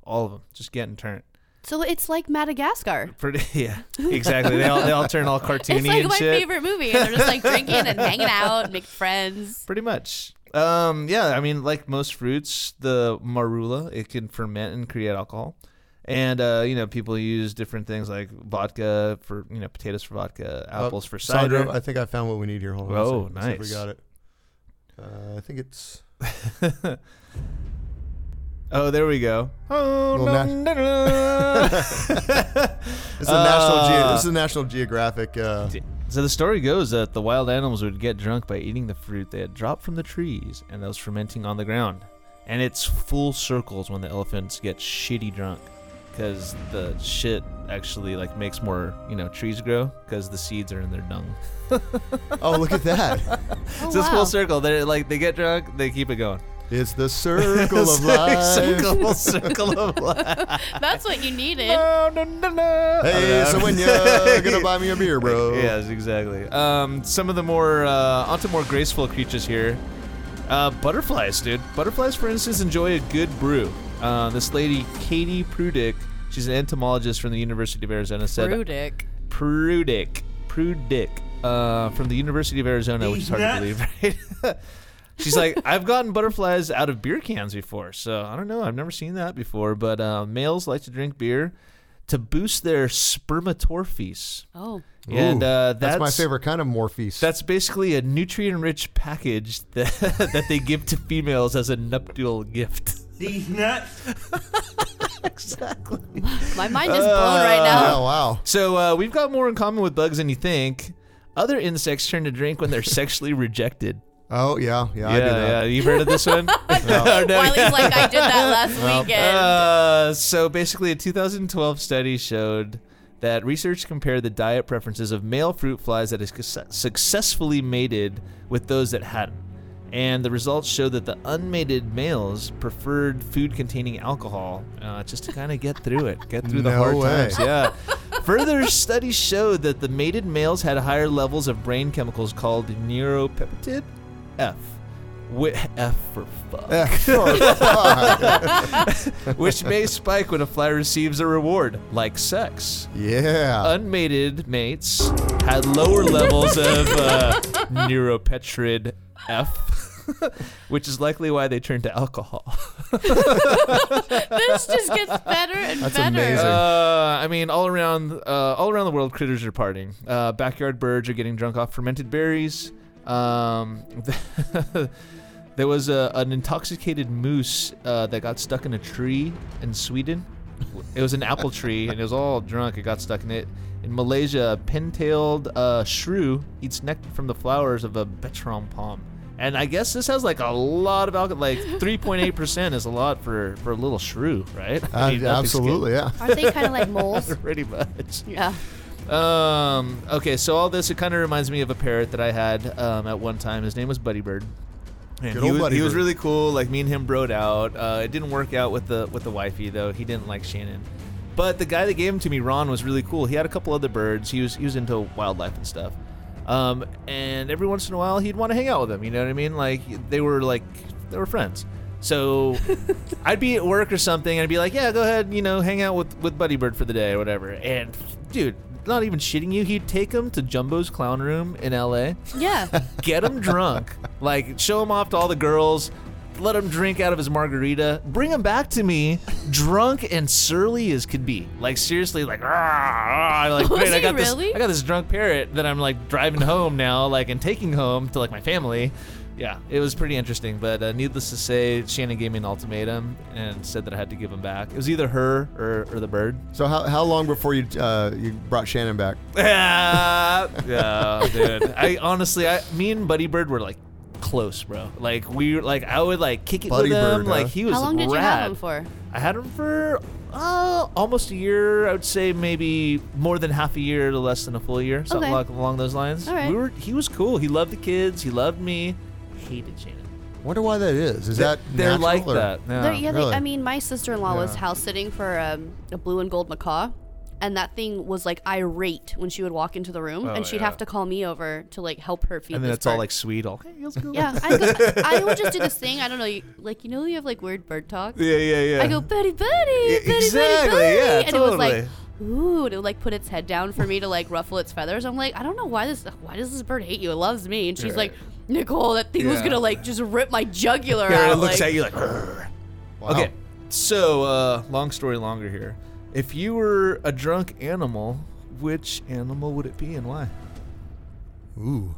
Speaker 7: all of them just getting turned.
Speaker 8: So it's like Madagascar.
Speaker 7: Pretty yeah, exactly. They all they all turn all cartoony
Speaker 8: It's like
Speaker 7: and
Speaker 8: my
Speaker 7: shit.
Speaker 8: favorite movie. And they're just like drinking and hanging out, and make friends.
Speaker 7: Pretty much. Um, yeah, I mean, like most fruits, the marula it can ferment and create alcohol, and uh, you know people use different things like vodka for you know potatoes for vodka,
Speaker 6: Uh,
Speaker 7: apples for cider.
Speaker 6: Sandro, I think I found what we need here. Hold on. a
Speaker 7: Oh,
Speaker 6: second. Let's see if
Speaker 7: nice.
Speaker 6: we got it. Uh, I think it's.
Speaker 7: Oh, there we go. Oh,
Speaker 6: Little
Speaker 7: no,
Speaker 6: nat-
Speaker 7: no, no.
Speaker 6: It's a National Geo- this is
Speaker 7: a National Geographic. Uh, so the story goes that the wild animals would get drunk by eating the fruit they had dropped from the trees and that was fermenting on the ground. And it's full circles when the elephants get shitty drunk because the shit actually like makes more you know trees grow because the seeds are in their dung.
Speaker 6: Oh, look at that.
Speaker 8: Oh,
Speaker 7: So it's this full circle. They're like they get drunk, they keep it going.
Speaker 6: It's the circle of life.
Speaker 7: circle, circle of life. Oh,
Speaker 8: That's what you needed.
Speaker 6: Hey, so when you're gonna buy me a beer, bro?
Speaker 7: Yes, exactly. Um, some of the more uh, onto more graceful creatures here. Uh, butterflies, dude. Butterflies, for instance, enjoy a good brew. Uh, this lady, Katie Prudick, she's an entomologist from the University of Arizona, said
Speaker 8: Prudick.
Speaker 7: Prudick, Prudick, uh, from the University of Arizona, which is hard to
Speaker 15: nuts.
Speaker 7: believe, right? She's like, I've gotten butterflies out of beer cans before, so I don't know. I've never seen that before. But uh, males like to drink beer to boost their spermatorphis.
Speaker 8: Oh.
Speaker 7: and uh,
Speaker 6: Ooh, that's my favorite kind of Morpheus.
Speaker 7: That's basically a nutrient-rich package that that they give to females as a nuptial gift.
Speaker 15: These nuts.
Speaker 7: exactly.
Speaker 8: My mind
Speaker 7: Uh,
Speaker 8: is blown
Speaker 6: Oh,
Speaker 8: right now.
Speaker 7: wow. So uh, we've got more in common with bugs than you think. Other insects turn to drink when they're sexually rejected.
Speaker 6: Oh yeah, yeah,
Speaker 7: Yeah,
Speaker 6: I do that.
Speaker 7: yeah. You've heard of this one? no. Or no?
Speaker 8: Wiley's like, I did that last
Speaker 7: Well,
Speaker 8: weekend.
Speaker 7: Uh, so basically, a 2012 study showed that research compared the diet preferences of male fruit flies that is success- successfully mated with those that hadn't. And the results showed that the unmated males preferred food containing alcohol uh, just to kind of get through it, get through the
Speaker 6: No
Speaker 7: hard
Speaker 6: way.
Speaker 7: times. Yeah. Further studies showed that the mated males had higher levels of brain chemicals called neuropeptide F. Wi- F for fuck.
Speaker 6: F for fuck.
Speaker 7: Which may spike when a fly receives a reward, like sex.
Speaker 6: Yeah.
Speaker 7: Unmated mates had lower levels of uh, neuropeptide F, which is likely why they turned to alcohol.
Speaker 8: this just gets better and
Speaker 7: That's
Speaker 8: better.
Speaker 7: amazing. Uh, I mean, all around, uh, all around the world, critters are partying. Uh, backyard birds are getting drunk off fermented berries. Um, there was a, an intoxicated moose uh, that got stuck in a tree in Sweden. It was an apple tree, and it was all drunk. It got stuck in it. In Malaysia, a pin-tailed uh, shrew eats nectar from the flowers of a betron palm. And I guess this has like a lot of alcohol. Like 3.8% is a lot for, for a little shrew, right?
Speaker 6: Uh, absolutely, yeah.
Speaker 8: Aren't they kinda like moles?
Speaker 7: Pretty much.
Speaker 8: Yeah.
Speaker 7: Um, okay, so all this, it kind of reminds me of a parrot that I had um, at one time. His name was Buddy Bird. And
Speaker 6: Good
Speaker 7: he,
Speaker 6: old
Speaker 7: was,
Speaker 6: Buddy
Speaker 7: he was
Speaker 6: Bird.
Speaker 7: really cool. Like me and him broed out. Uh, it didn't work out with the with the wifey though. He didn't like Shannon. But the guy that gave him to me, Ron, was really cool. He had a couple other birds. He was he was into wildlife and stuff. Um, and every once in a while, he'd want to hang out with them. You know what I mean? Like they were like they were friends. So I'd be at work or something, and I'd be like, "Yeah, go ahead, you know, hang out with with Buddy Bird for the day or whatever." And dude, not even shitting you. He'd take him to Jumbo's Clown Room in L.A.
Speaker 8: Yeah.
Speaker 7: get him drunk, like show him off to all the girls, let him drink out of his margarita, bring him back to me, drunk and surly as could be. Like seriously, like ah, like
Speaker 17: Was
Speaker 7: great, I
Speaker 17: he
Speaker 7: got
Speaker 17: really?
Speaker 7: this, I got this drunk parrot that I'm like driving home now, like and taking home to like my family. Yeah, it was pretty interesting, but uh, needless to say, Shannon gave me an ultimatum and said that I had to give him back. It was either her or, or the bird.
Speaker 6: So how, how long before you uh, you brought Shannon back?
Speaker 7: Ah, yeah, dude. I honestly, I, me and Buddy Bird were like close, bro. Like we, were like I would like kick it
Speaker 6: Buddy
Speaker 7: with him.
Speaker 6: Bird, huh?
Speaker 7: Like he was
Speaker 8: How long did you have
Speaker 7: rad.
Speaker 8: him for?
Speaker 7: I had him for uh, almost a year. I would say maybe more than half a year to less than a full year, something
Speaker 8: Okay.
Speaker 7: like, along those lines.
Speaker 8: All right.
Speaker 7: We were. He was cool. He loved the kids. He loved me. Hated Shannon.
Speaker 6: Wonder why that is. Is
Speaker 7: They-
Speaker 6: that
Speaker 7: they're
Speaker 6: natural
Speaker 7: like
Speaker 6: or-
Speaker 7: that, yeah.
Speaker 8: They're- yeah, they-
Speaker 6: Really?
Speaker 8: I mean, my sister in law was
Speaker 6: Yeah.
Speaker 8: house sitting for um, a blue and gold macaw, and that thing was like irate when she would walk into the room,
Speaker 7: Oh,
Speaker 8: and she'd
Speaker 7: yeah.
Speaker 8: have to call me over to like help her feed.
Speaker 7: and then
Speaker 8: this
Speaker 7: it's all
Speaker 8: bird.
Speaker 7: like sweet. All
Speaker 8: Yeah, I, go, I would just do this thing. I don't know, you, like you know, you have like weird bird talk.
Speaker 7: Yeah, yeah, yeah.
Speaker 8: I go, buddy, buddy, buddy,
Speaker 7: exactly,
Speaker 8: buddy,
Speaker 7: yeah,
Speaker 8: and it was like,
Speaker 7: totally.
Speaker 8: ooh, and it would like put its head down for me to like ruffle its feathers. I'm like, I don't know why this, why does this bird hate you? It loves me, and she's
Speaker 7: Right.
Speaker 8: like, Nicole, that thing was
Speaker 7: Yeah.
Speaker 8: gonna like just rip my jugular
Speaker 7: Yeah,
Speaker 8: out.
Speaker 7: it looks
Speaker 8: like,
Speaker 7: at you like. "Grr." Okay,
Speaker 6: Oh.
Speaker 7: so uh, long story longer here. If you were a drunk animal, which animal would it be and why? Ooh,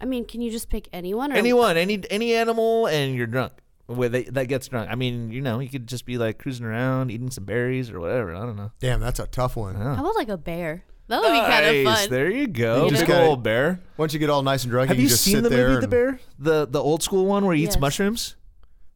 Speaker 8: I mean, can you just pick anyone? Or
Speaker 7: anyone, any any animal, and you're drunk. Where they, that gets drunk. I mean, you know, you could just be like cruising around, eating some berries or whatever. I don't know.
Speaker 6: Damn, that's a tough one.
Speaker 8: How about like a bear? That would be kind of
Speaker 7: Nice,
Speaker 8: fun.
Speaker 7: There you go.
Speaker 6: You just
Speaker 7: Big
Speaker 6: gotta-
Speaker 7: old bear.
Speaker 6: Once you get all nice and drunk,
Speaker 7: Have
Speaker 6: you,
Speaker 7: you
Speaker 6: just
Speaker 7: seen
Speaker 6: sit
Speaker 7: the
Speaker 6: there.
Speaker 7: movie The
Speaker 6: and-
Speaker 7: Bear? The the old school one where he eats
Speaker 8: Yes.
Speaker 7: mushrooms.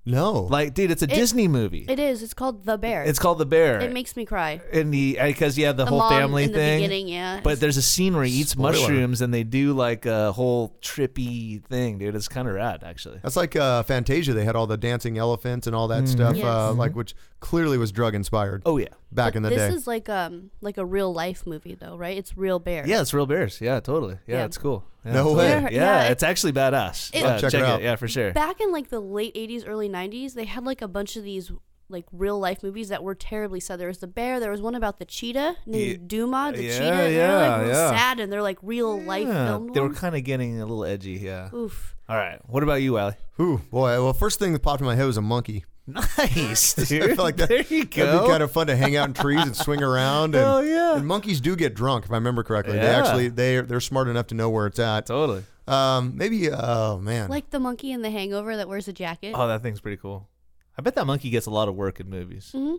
Speaker 6: No,
Speaker 7: like dude, it's a
Speaker 8: It-
Speaker 7: Disney movie.
Speaker 8: It is. It's called the bear.
Speaker 7: It's called The Bear.
Speaker 8: It makes me cry.
Speaker 7: in the because yeah the,
Speaker 8: The
Speaker 7: whole
Speaker 8: mom
Speaker 7: family
Speaker 8: in the
Speaker 7: thing
Speaker 8: beginning, yeah.
Speaker 7: but there's a scene where he eats
Speaker 6: Spoiler.
Speaker 7: mushrooms and they do like a whole trippy thing dude it's kind of rad actually
Speaker 6: That's like uh, Fantasia. They had all the dancing elephants and all that stuff,
Speaker 8: Yes.
Speaker 6: uh,
Speaker 8: Mhm.
Speaker 6: like which clearly was drug inspired.
Speaker 7: Mm. Mm-hmm. Oh yeah,
Speaker 6: back in the
Speaker 8: this
Speaker 6: day.
Speaker 8: is like um like a real life movie though, right? It's real bear.
Speaker 7: yeah it's real bears yeah totally yeah,
Speaker 8: Yeah.
Speaker 7: it's cool yeah,
Speaker 6: No
Speaker 7: totally.
Speaker 6: way.
Speaker 7: yeah,
Speaker 8: Yeah, yeah,
Speaker 7: it's actually badass
Speaker 8: it-
Speaker 7: yeah,
Speaker 8: I'll
Speaker 7: check,
Speaker 8: check
Speaker 7: it
Speaker 8: it
Speaker 7: out yeah for sure
Speaker 8: Back in like the late 80s, early 90s, they had like a bunch of these like real life movies that were terribly sad. There was the bear. There was one about the cheetah named Duma. The
Speaker 7: yeah,
Speaker 8: cheetah. and they're
Speaker 7: yeah,
Speaker 8: like real
Speaker 7: yeah.
Speaker 8: sad and they're like real life
Speaker 7: Yeah,
Speaker 8: filmed
Speaker 7: they were
Speaker 8: ones.
Speaker 7: kind of getting a little edgy yeah
Speaker 8: Oof.
Speaker 7: all right what about you Allie
Speaker 6: Ooh, boy. Well, first thing that popped in my head was a monkey.
Speaker 7: nice dude
Speaker 6: I feel like that,
Speaker 7: there you go
Speaker 6: That'd be kind of fun to hang out in trees and swing around. And,
Speaker 7: Hell yeah.
Speaker 6: and monkeys do get drunk, if I remember correctly. They
Speaker 7: Yeah.
Speaker 6: actually they they're smart enough to know where it's at.
Speaker 7: Totally.
Speaker 6: Um, maybe. Oh man.
Speaker 8: Like the monkey in The Hangover that wears a jacket.
Speaker 7: oh that thing's pretty cool I bet that monkey gets a lot of work in movies
Speaker 8: hmm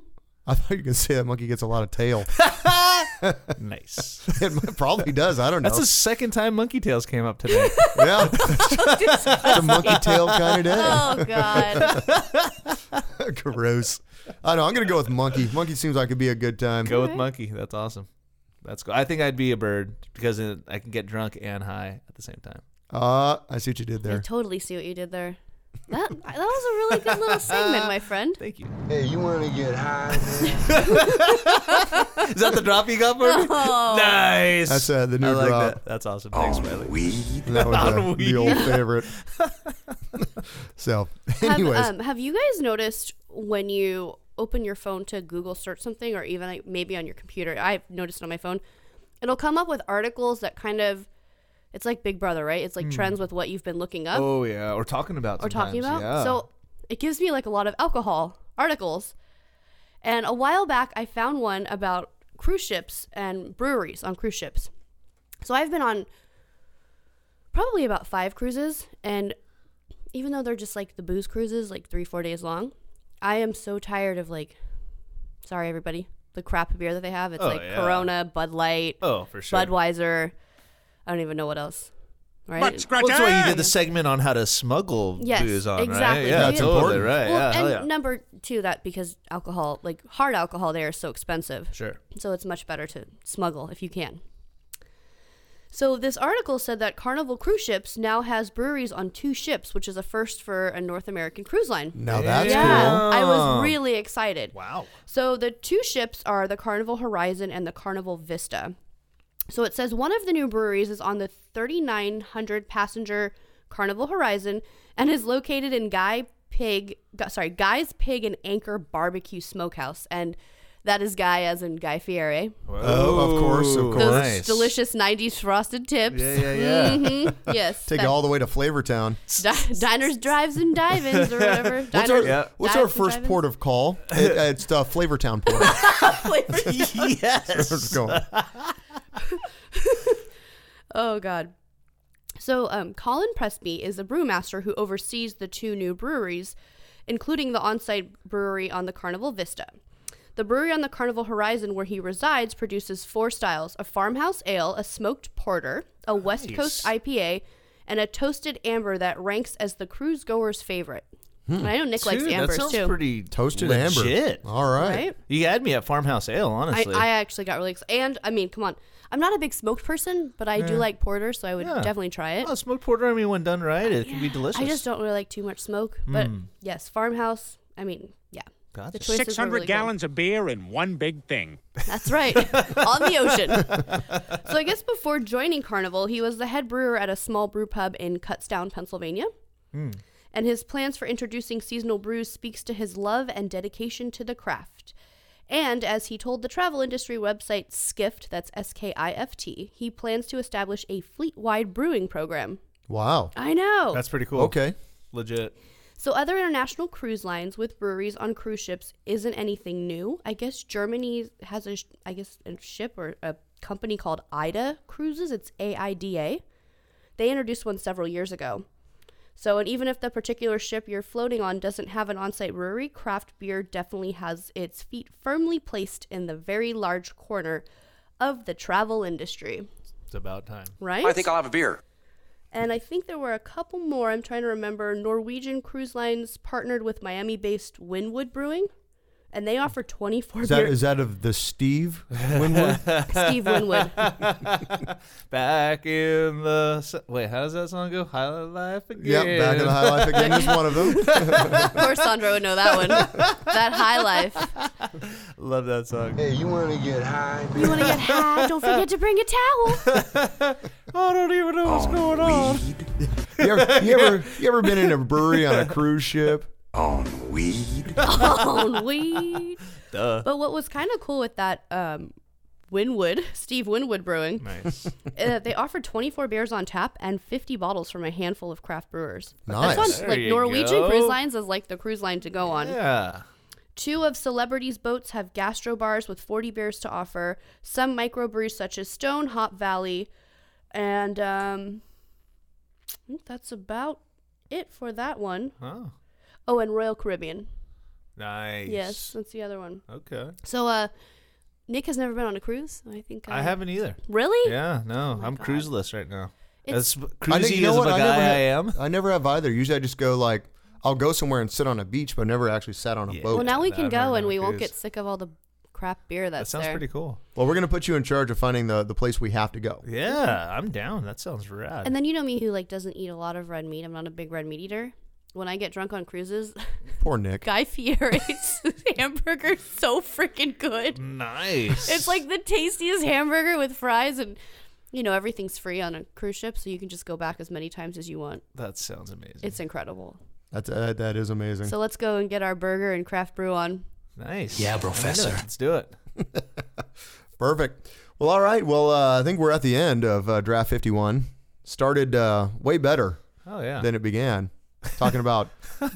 Speaker 6: I thought you were gonna say that monkey gets a lot of tail.
Speaker 8: Mm-hmm.
Speaker 7: nice
Speaker 6: it probably does. I don't know.
Speaker 7: that's the second time monkey tails came up today
Speaker 6: yeah, it's a monkey tail kind of day.
Speaker 8: Oh god.
Speaker 6: Gross. I know. I'm gonna go with monkey. Monkey seems like it'd be a good time.
Speaker 7: Go with monkey. That's awesome. That's cool. I think I'd be a bird because it, I can get drunk and high at the same time.
Speaker 6: Uh, I see what you did
Speaker 8: I
Speaker 6: there.
Speaker 8: totally see what you did there. That that was a really good little segment, my friend.
Speaker 7: Thank you.
Speaker 15: Hey, you want to get high?
Speaker 7: Is that the drop you got for me?
Speaker 8: Oh.
Speaker 7: Nice.
Speaker 6: That's uh, the new
Speaker 7: I like
Speaker 6: drop.
Speaker 7: that. That's awesome. Thanks, Riley.
Speaker 6: Weed. That was
Speaker 7: On
Speaker 6: uh,
Speaker 7: weed.
Speaker 6: the old favorite. so, anyways,
Speaker 8: Have, um, have you guys noticed when you open your phone to Google search something, or even like maybe on your computer? I've noticed on my phone, it'll come up with articles that kind of, it's like Big Brother, right? It's like
Speaker 7: Hmm.
Speaker 8: trends with what you've been looking up
Speaker 7: Oh yeah, or talking about.
Speaker 8: or talking about.
Speaker 7: sometimes. Yeah.
Speaker 8: So it gives me like a lot of alcohol articles. And a while back, I found one about cruise ships and breweries on cruise ships. So I've been on probably about five cruises, and even though they're just like the booze cruises, like three, four days long, I am so tired of like, sorry everybody, the crap beer that they have. It's
Speaker 7: Oh,
Speaker 8: like
Speaker 7: yeah.
Speaker 8: Corona, Bud Light,
Speaker 7: Oh, for sure.
Speaker 8: Budweiser. I don't even know what else. Right?
Speaker 7: Well, that's why you did the segment on how to smuggle
Speaker 8: Yes,
Speaker 7: booze on,
Speaker 8: exactly.
Speaker 7: right? Yeah,
Speaker 8: That's
Speaker 7: totally
Speaker 8: important.
Speaker 7: right.
Speaker 8: Well,
Speaker 7: yeah, hell
Speaker 8: and
Speaker 7: yeah.
Speaker 8: number two, that because alcohol, like hard alcohol, there is so expensive.
Speaker 7: Sure.
Speaker 8: So it's much better to smuggle if you can. So this article said that Carnival Cruise Ships now has breweries on two ships, which is a first for a North American cruise line.
Speaker 6: Now that's
Speaker 8: yeah,
Speaker 6: cool.
Speaker 8: I was really excited.
Speaker 7: Wow.
Speaker 8: So the two ships are the Carnival Horizon and the Carnival Vista. So it says one of the new breweries is on the 3,900 passenger Carnival Horizon and is located in Guy Pig, Gu- sorry, Guy's Pig and Anchor Barbecue Smokehouse. And That is Guy, as in Guy Fieri.
Speaker 6: Oh, of course, of course.
Speaker 8: Those delicious '90s frosted tips.
Speaker 6: Yeah, yeah, yeah.
Speaker 8: Mm-hmm. yes.
Speaker 6: Take
Speaker 8: that-
Speaker 6: it all the way to Flavortown.
Speaker 8: Di- diners, drives, and dive-ins, or whatever. Diners,
Speaker 6: What's our, what's our
Speaker 8: dives, and
Speaker 6: first
Speaker 8: dive-ins.
Speaker 6: port of call? It- it's uh, Flavortown port. Where it's going.
Speaker 8: Oh God. So um, Colin Presby is the brewmaster who oversees the two new breweries, including the on-site brewery on the Carnival Vista. The brewery on the Carnival Horizon, where he resides, produces four styles: a farmhouse ale, a smoked porter, a West Coast
Speaker 19: Nice.
Speaker 8: IPA, and a toasted amber that ranks as the cruise goer's favorite. And I know Nick likes
Speaker 7: Hmm. Dude,
Speaker 8: ambers
Speaker 7: that sounds
Speaker 8: too.
Speaker 7: Pretty
Speaker 6: Toasted amber.
Speaker 7: legit.
Speaker 6: All right.
Speaker 8: Right?
Speaker 7: you had me at farmhouse ale.
Speaker 8: I,
Speaker 7: Honestly,
Speaker 8: I actually got really excited. And I mean, come on, I'm not a big smoked person, but I do
Speaker 7: Yeah.
Speaker 8: like porter, so I would
Speaker 7: Yeah.
Speaker 8: definitely try it.
Speaker 7: Oh, smoked porter. I mean, when done right, it can be delicious.
Speaker 8: I just don't really like too much smoke, but
Speaker 7: Mm.
Speaker 8: yes, farmhouse. I mean, yeah,
Speaker 7: Gotcha.
Speaker 8: The choices were
Speaker 20: 600
Speaker 8: really good.
Speaker 20: gallons of beer in one big thing.
Speaker 8: That's right, on the ocean. So I guess before joining Carnival, he was the head brewer at a small brew pub in Cutstown, Pennsylvania,
Speaker 7: Hmm.
Speaker 8: and his plans for introducing seasonal brews speaks to his love and dedication to the craft. And as he told the travel industry website Skift, that's S K I F T, he plans to establish a fleet-wide brewing program.
Speaker 6: Wow.
Speaker 8: I know.
Speaker 7: That's pretty cool.
Speaker 6: Okay.
Speaker 7: Legit.
Speaker 8: So, other international cruise lines with breweries on cruise ships isn't anything new. I guess Germany has a, sh- I guess, a ship or a company called IDA Cruises. It's A I D A. They introduced one several years ago. So, and even if the particular ship you're floating on doesn't have an on site brewery, craft beer definitely has its feet firmly placed in the very large corner of the travel industry,
Speaker 7: It's about time.
Speaker 8: right?
Speaker 21: I think I'll have a beer.
Speaker 8: And I think there were a couple more. I'm trying to remember. Norwegian Cruise Lines partnered with Miami based Winwood Brewing, and they offer 24
Speaker 6: Is that,
Speaker 8: beer.
Speaker 6: is that of the Steve Winwood?
Speaker 8: Steve Winwood.
Speaker 7: Back in the s- wait, how does that song go? High life again.
Speaker 6: Yep, back in the high life again is one of them.
Speaker 8: of course, Sandra would know that one. That high life.
Speaker 7: Love that song.
Speaker 15: Hey, you want to get high?
Speaker 8: You want to get high? Don't forget to bring a towel.
Speaker 7: I don't even know what's going on.
Speaker 6: You ever, you ever you ever been in a brewery on a cruise ship? On weed.
Speaker 8: On weed.
Speaker 7: Duh.
Speaker 8: But what was kind of cool with that um, Winwood, Steve Winwood Brewing,
Speaker 7: Nice.
Speaker 8: uh, they offered 24 beers on tap and 50 bottles from a handful of craft brewers.
Speaker 7: Nice.
Speaker 8: That's
Speaker 7: There
Speaker 8: one, like
Speaker 7: you
Speaker 8: Norwegian Cruise
Speaker 7: go.
Speaker 8: Lines is like the cruise line to go on.
Speaker 7: Yeah.
Speaker 8: Two of celebrities' boats have gastro bars with 40 beers to offer. Some microbrews such as Stone, Hop Valley, and um, I think that's about it for that one.
Speaker 7: Oh.
Speaker 8: Oh, and Royal Caribbean.
Speaker 7: Nice.
Speaker 8: Yes, that's the other one.
Speaker 7: Okay.
Speaker 8: So, uh, Nick has never been on a cruise. I think
Speaker 7: I haven't either.
Speaker 8: Really?
Speaker 7: Yeah. No, I'm cruiseless right now.
Speaker 8: Oh It's-
Speaker 7: As cruisy as of a guy I, am.
Speaker 6: I never have either. Usually I just go like I'll go somewhere and sit on a beach, but never actually sat on a boat.
Speaker 8: Well, now we can go and we won't get sick of all the crap beer that's there.
Speaker 7: cool.
Speaker 6: Well, we're gonna put you in charge of finding the, the place we have to go.
Speaker 7: Yeah, I'm down. That sounds rad.
Speaker 8: And then you know me who like doesn't eat a lot of red meat. I'm not a big red meat eater. When I get drunk on cruises,
Speaker 6: Poor Nick.
Speaker 8: Guy Fieri's hamburger is so freaking good.
Speaker 7: nice.
Speaker 8: It's like the tastiest hamburger with fries and you know everything's free on a cruise ship so you can just go back as many times as you want.
Speaker 7: that sounds amazing.
Speaker 8: It's incredible.
Speaker 6: That's uh, that is amazing.
Speaker 8: So let's go and get our burger and craft brew on.
Speaker 7: Nice.
Speaker 6: Yeah,
Speaker 7: I'm into it.
Speaker 6: professor.
Speaker 7: Let's do it.
Speaker 6: Perfect. Well, all right. Well, uh, I think we're at the end of uh, draft 51. Started uh, way better.
Speaker 7: Oh, yeah.
Speaker 6: Than it began. Talking about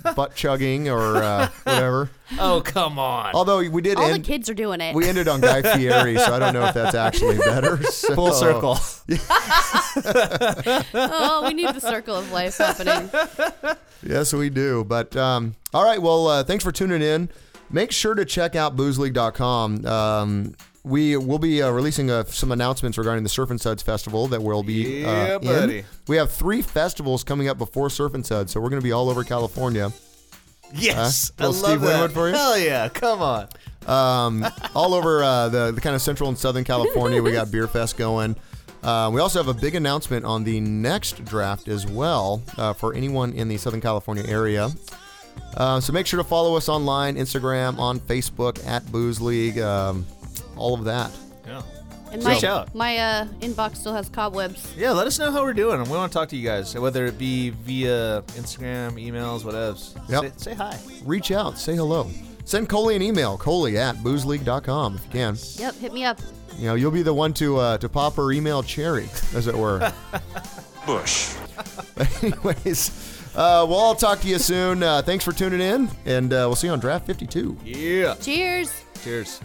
Speaker 6: butt chugging or uh, whatever.
Speaker 7: Oh come on.
Speaker 6: Although we did
Speaker 8: All
Speaker 6: end-
Speaker 8: the kids are doing it.
Speaker 6: We ended on Guy Fieri, so I don't know if that's actually better. So.
Speaker 7: Full circle.
Speaker 8: oh, we need the circle of life happening.
Speaker 6: Yes, we do. But um, all right. Well, uh, thanks for tuning in. Make sure to check out boozeleague.com. Um, we will be uh, releasing uh, some announcements regarding the Surf and Suds Festival that we'll be.
Speaker 7: Yeah,
Speaker 6: uh, in.
Speaker 7: buddy.
Speaker 6: We have three festivals coming up before Surf and Suds, so we're going to be all over California.
Speaker 7: Yes,
Speaker 6: Huh?
Speaker 7: I
Speaker 6: Little
Speaker 7: love
Speaker 6: Steve
Speaker 7: that.
Speaker 6: Winwood for you?
Speaker 7: Hell yeah, come on.
Speaker 6: um, all over uh, the, the kind of central and southern California. We got Beer Fest going. Uh, we also have a big announcement on the next draft as well uh, for anyone in the Southern California area. Uh, so make sure to follow us online, Instagram, on Facebook, at Booze League, um, all of that.
Speaker 7: Yeah.
Speaker 8: And
Speaker 7: Reach
Speaker 8: my,
Speaker 7: out.
Speaker 8: my uh, inbox still has cobwebs.
Speaker 7: Yeah, let us know how we're doing. We want to talk to you guys, whether it be via Instagram, emails, whatevs.
Speaker 6: Yep.
Speaker 7: Say, say hi.
Speaker 6: Reach out, say hello. Send Coley an email, Coley at boozeleague.com if you can.
Speaker 8: Yep, hit me up.
Speaker 6: You know, you'll be the one to uh, to pop her email cherry, as it were.
Speaker 2: Bush.
Speaker 6: Anyways, uh, we'll all talk to you soon. Uh, thanks for tuning in, and uh, we'll see you on Draft 52.
Speaker 7: Yeah.
Speaker 8: Cheers.
Speaker 7: Cheers.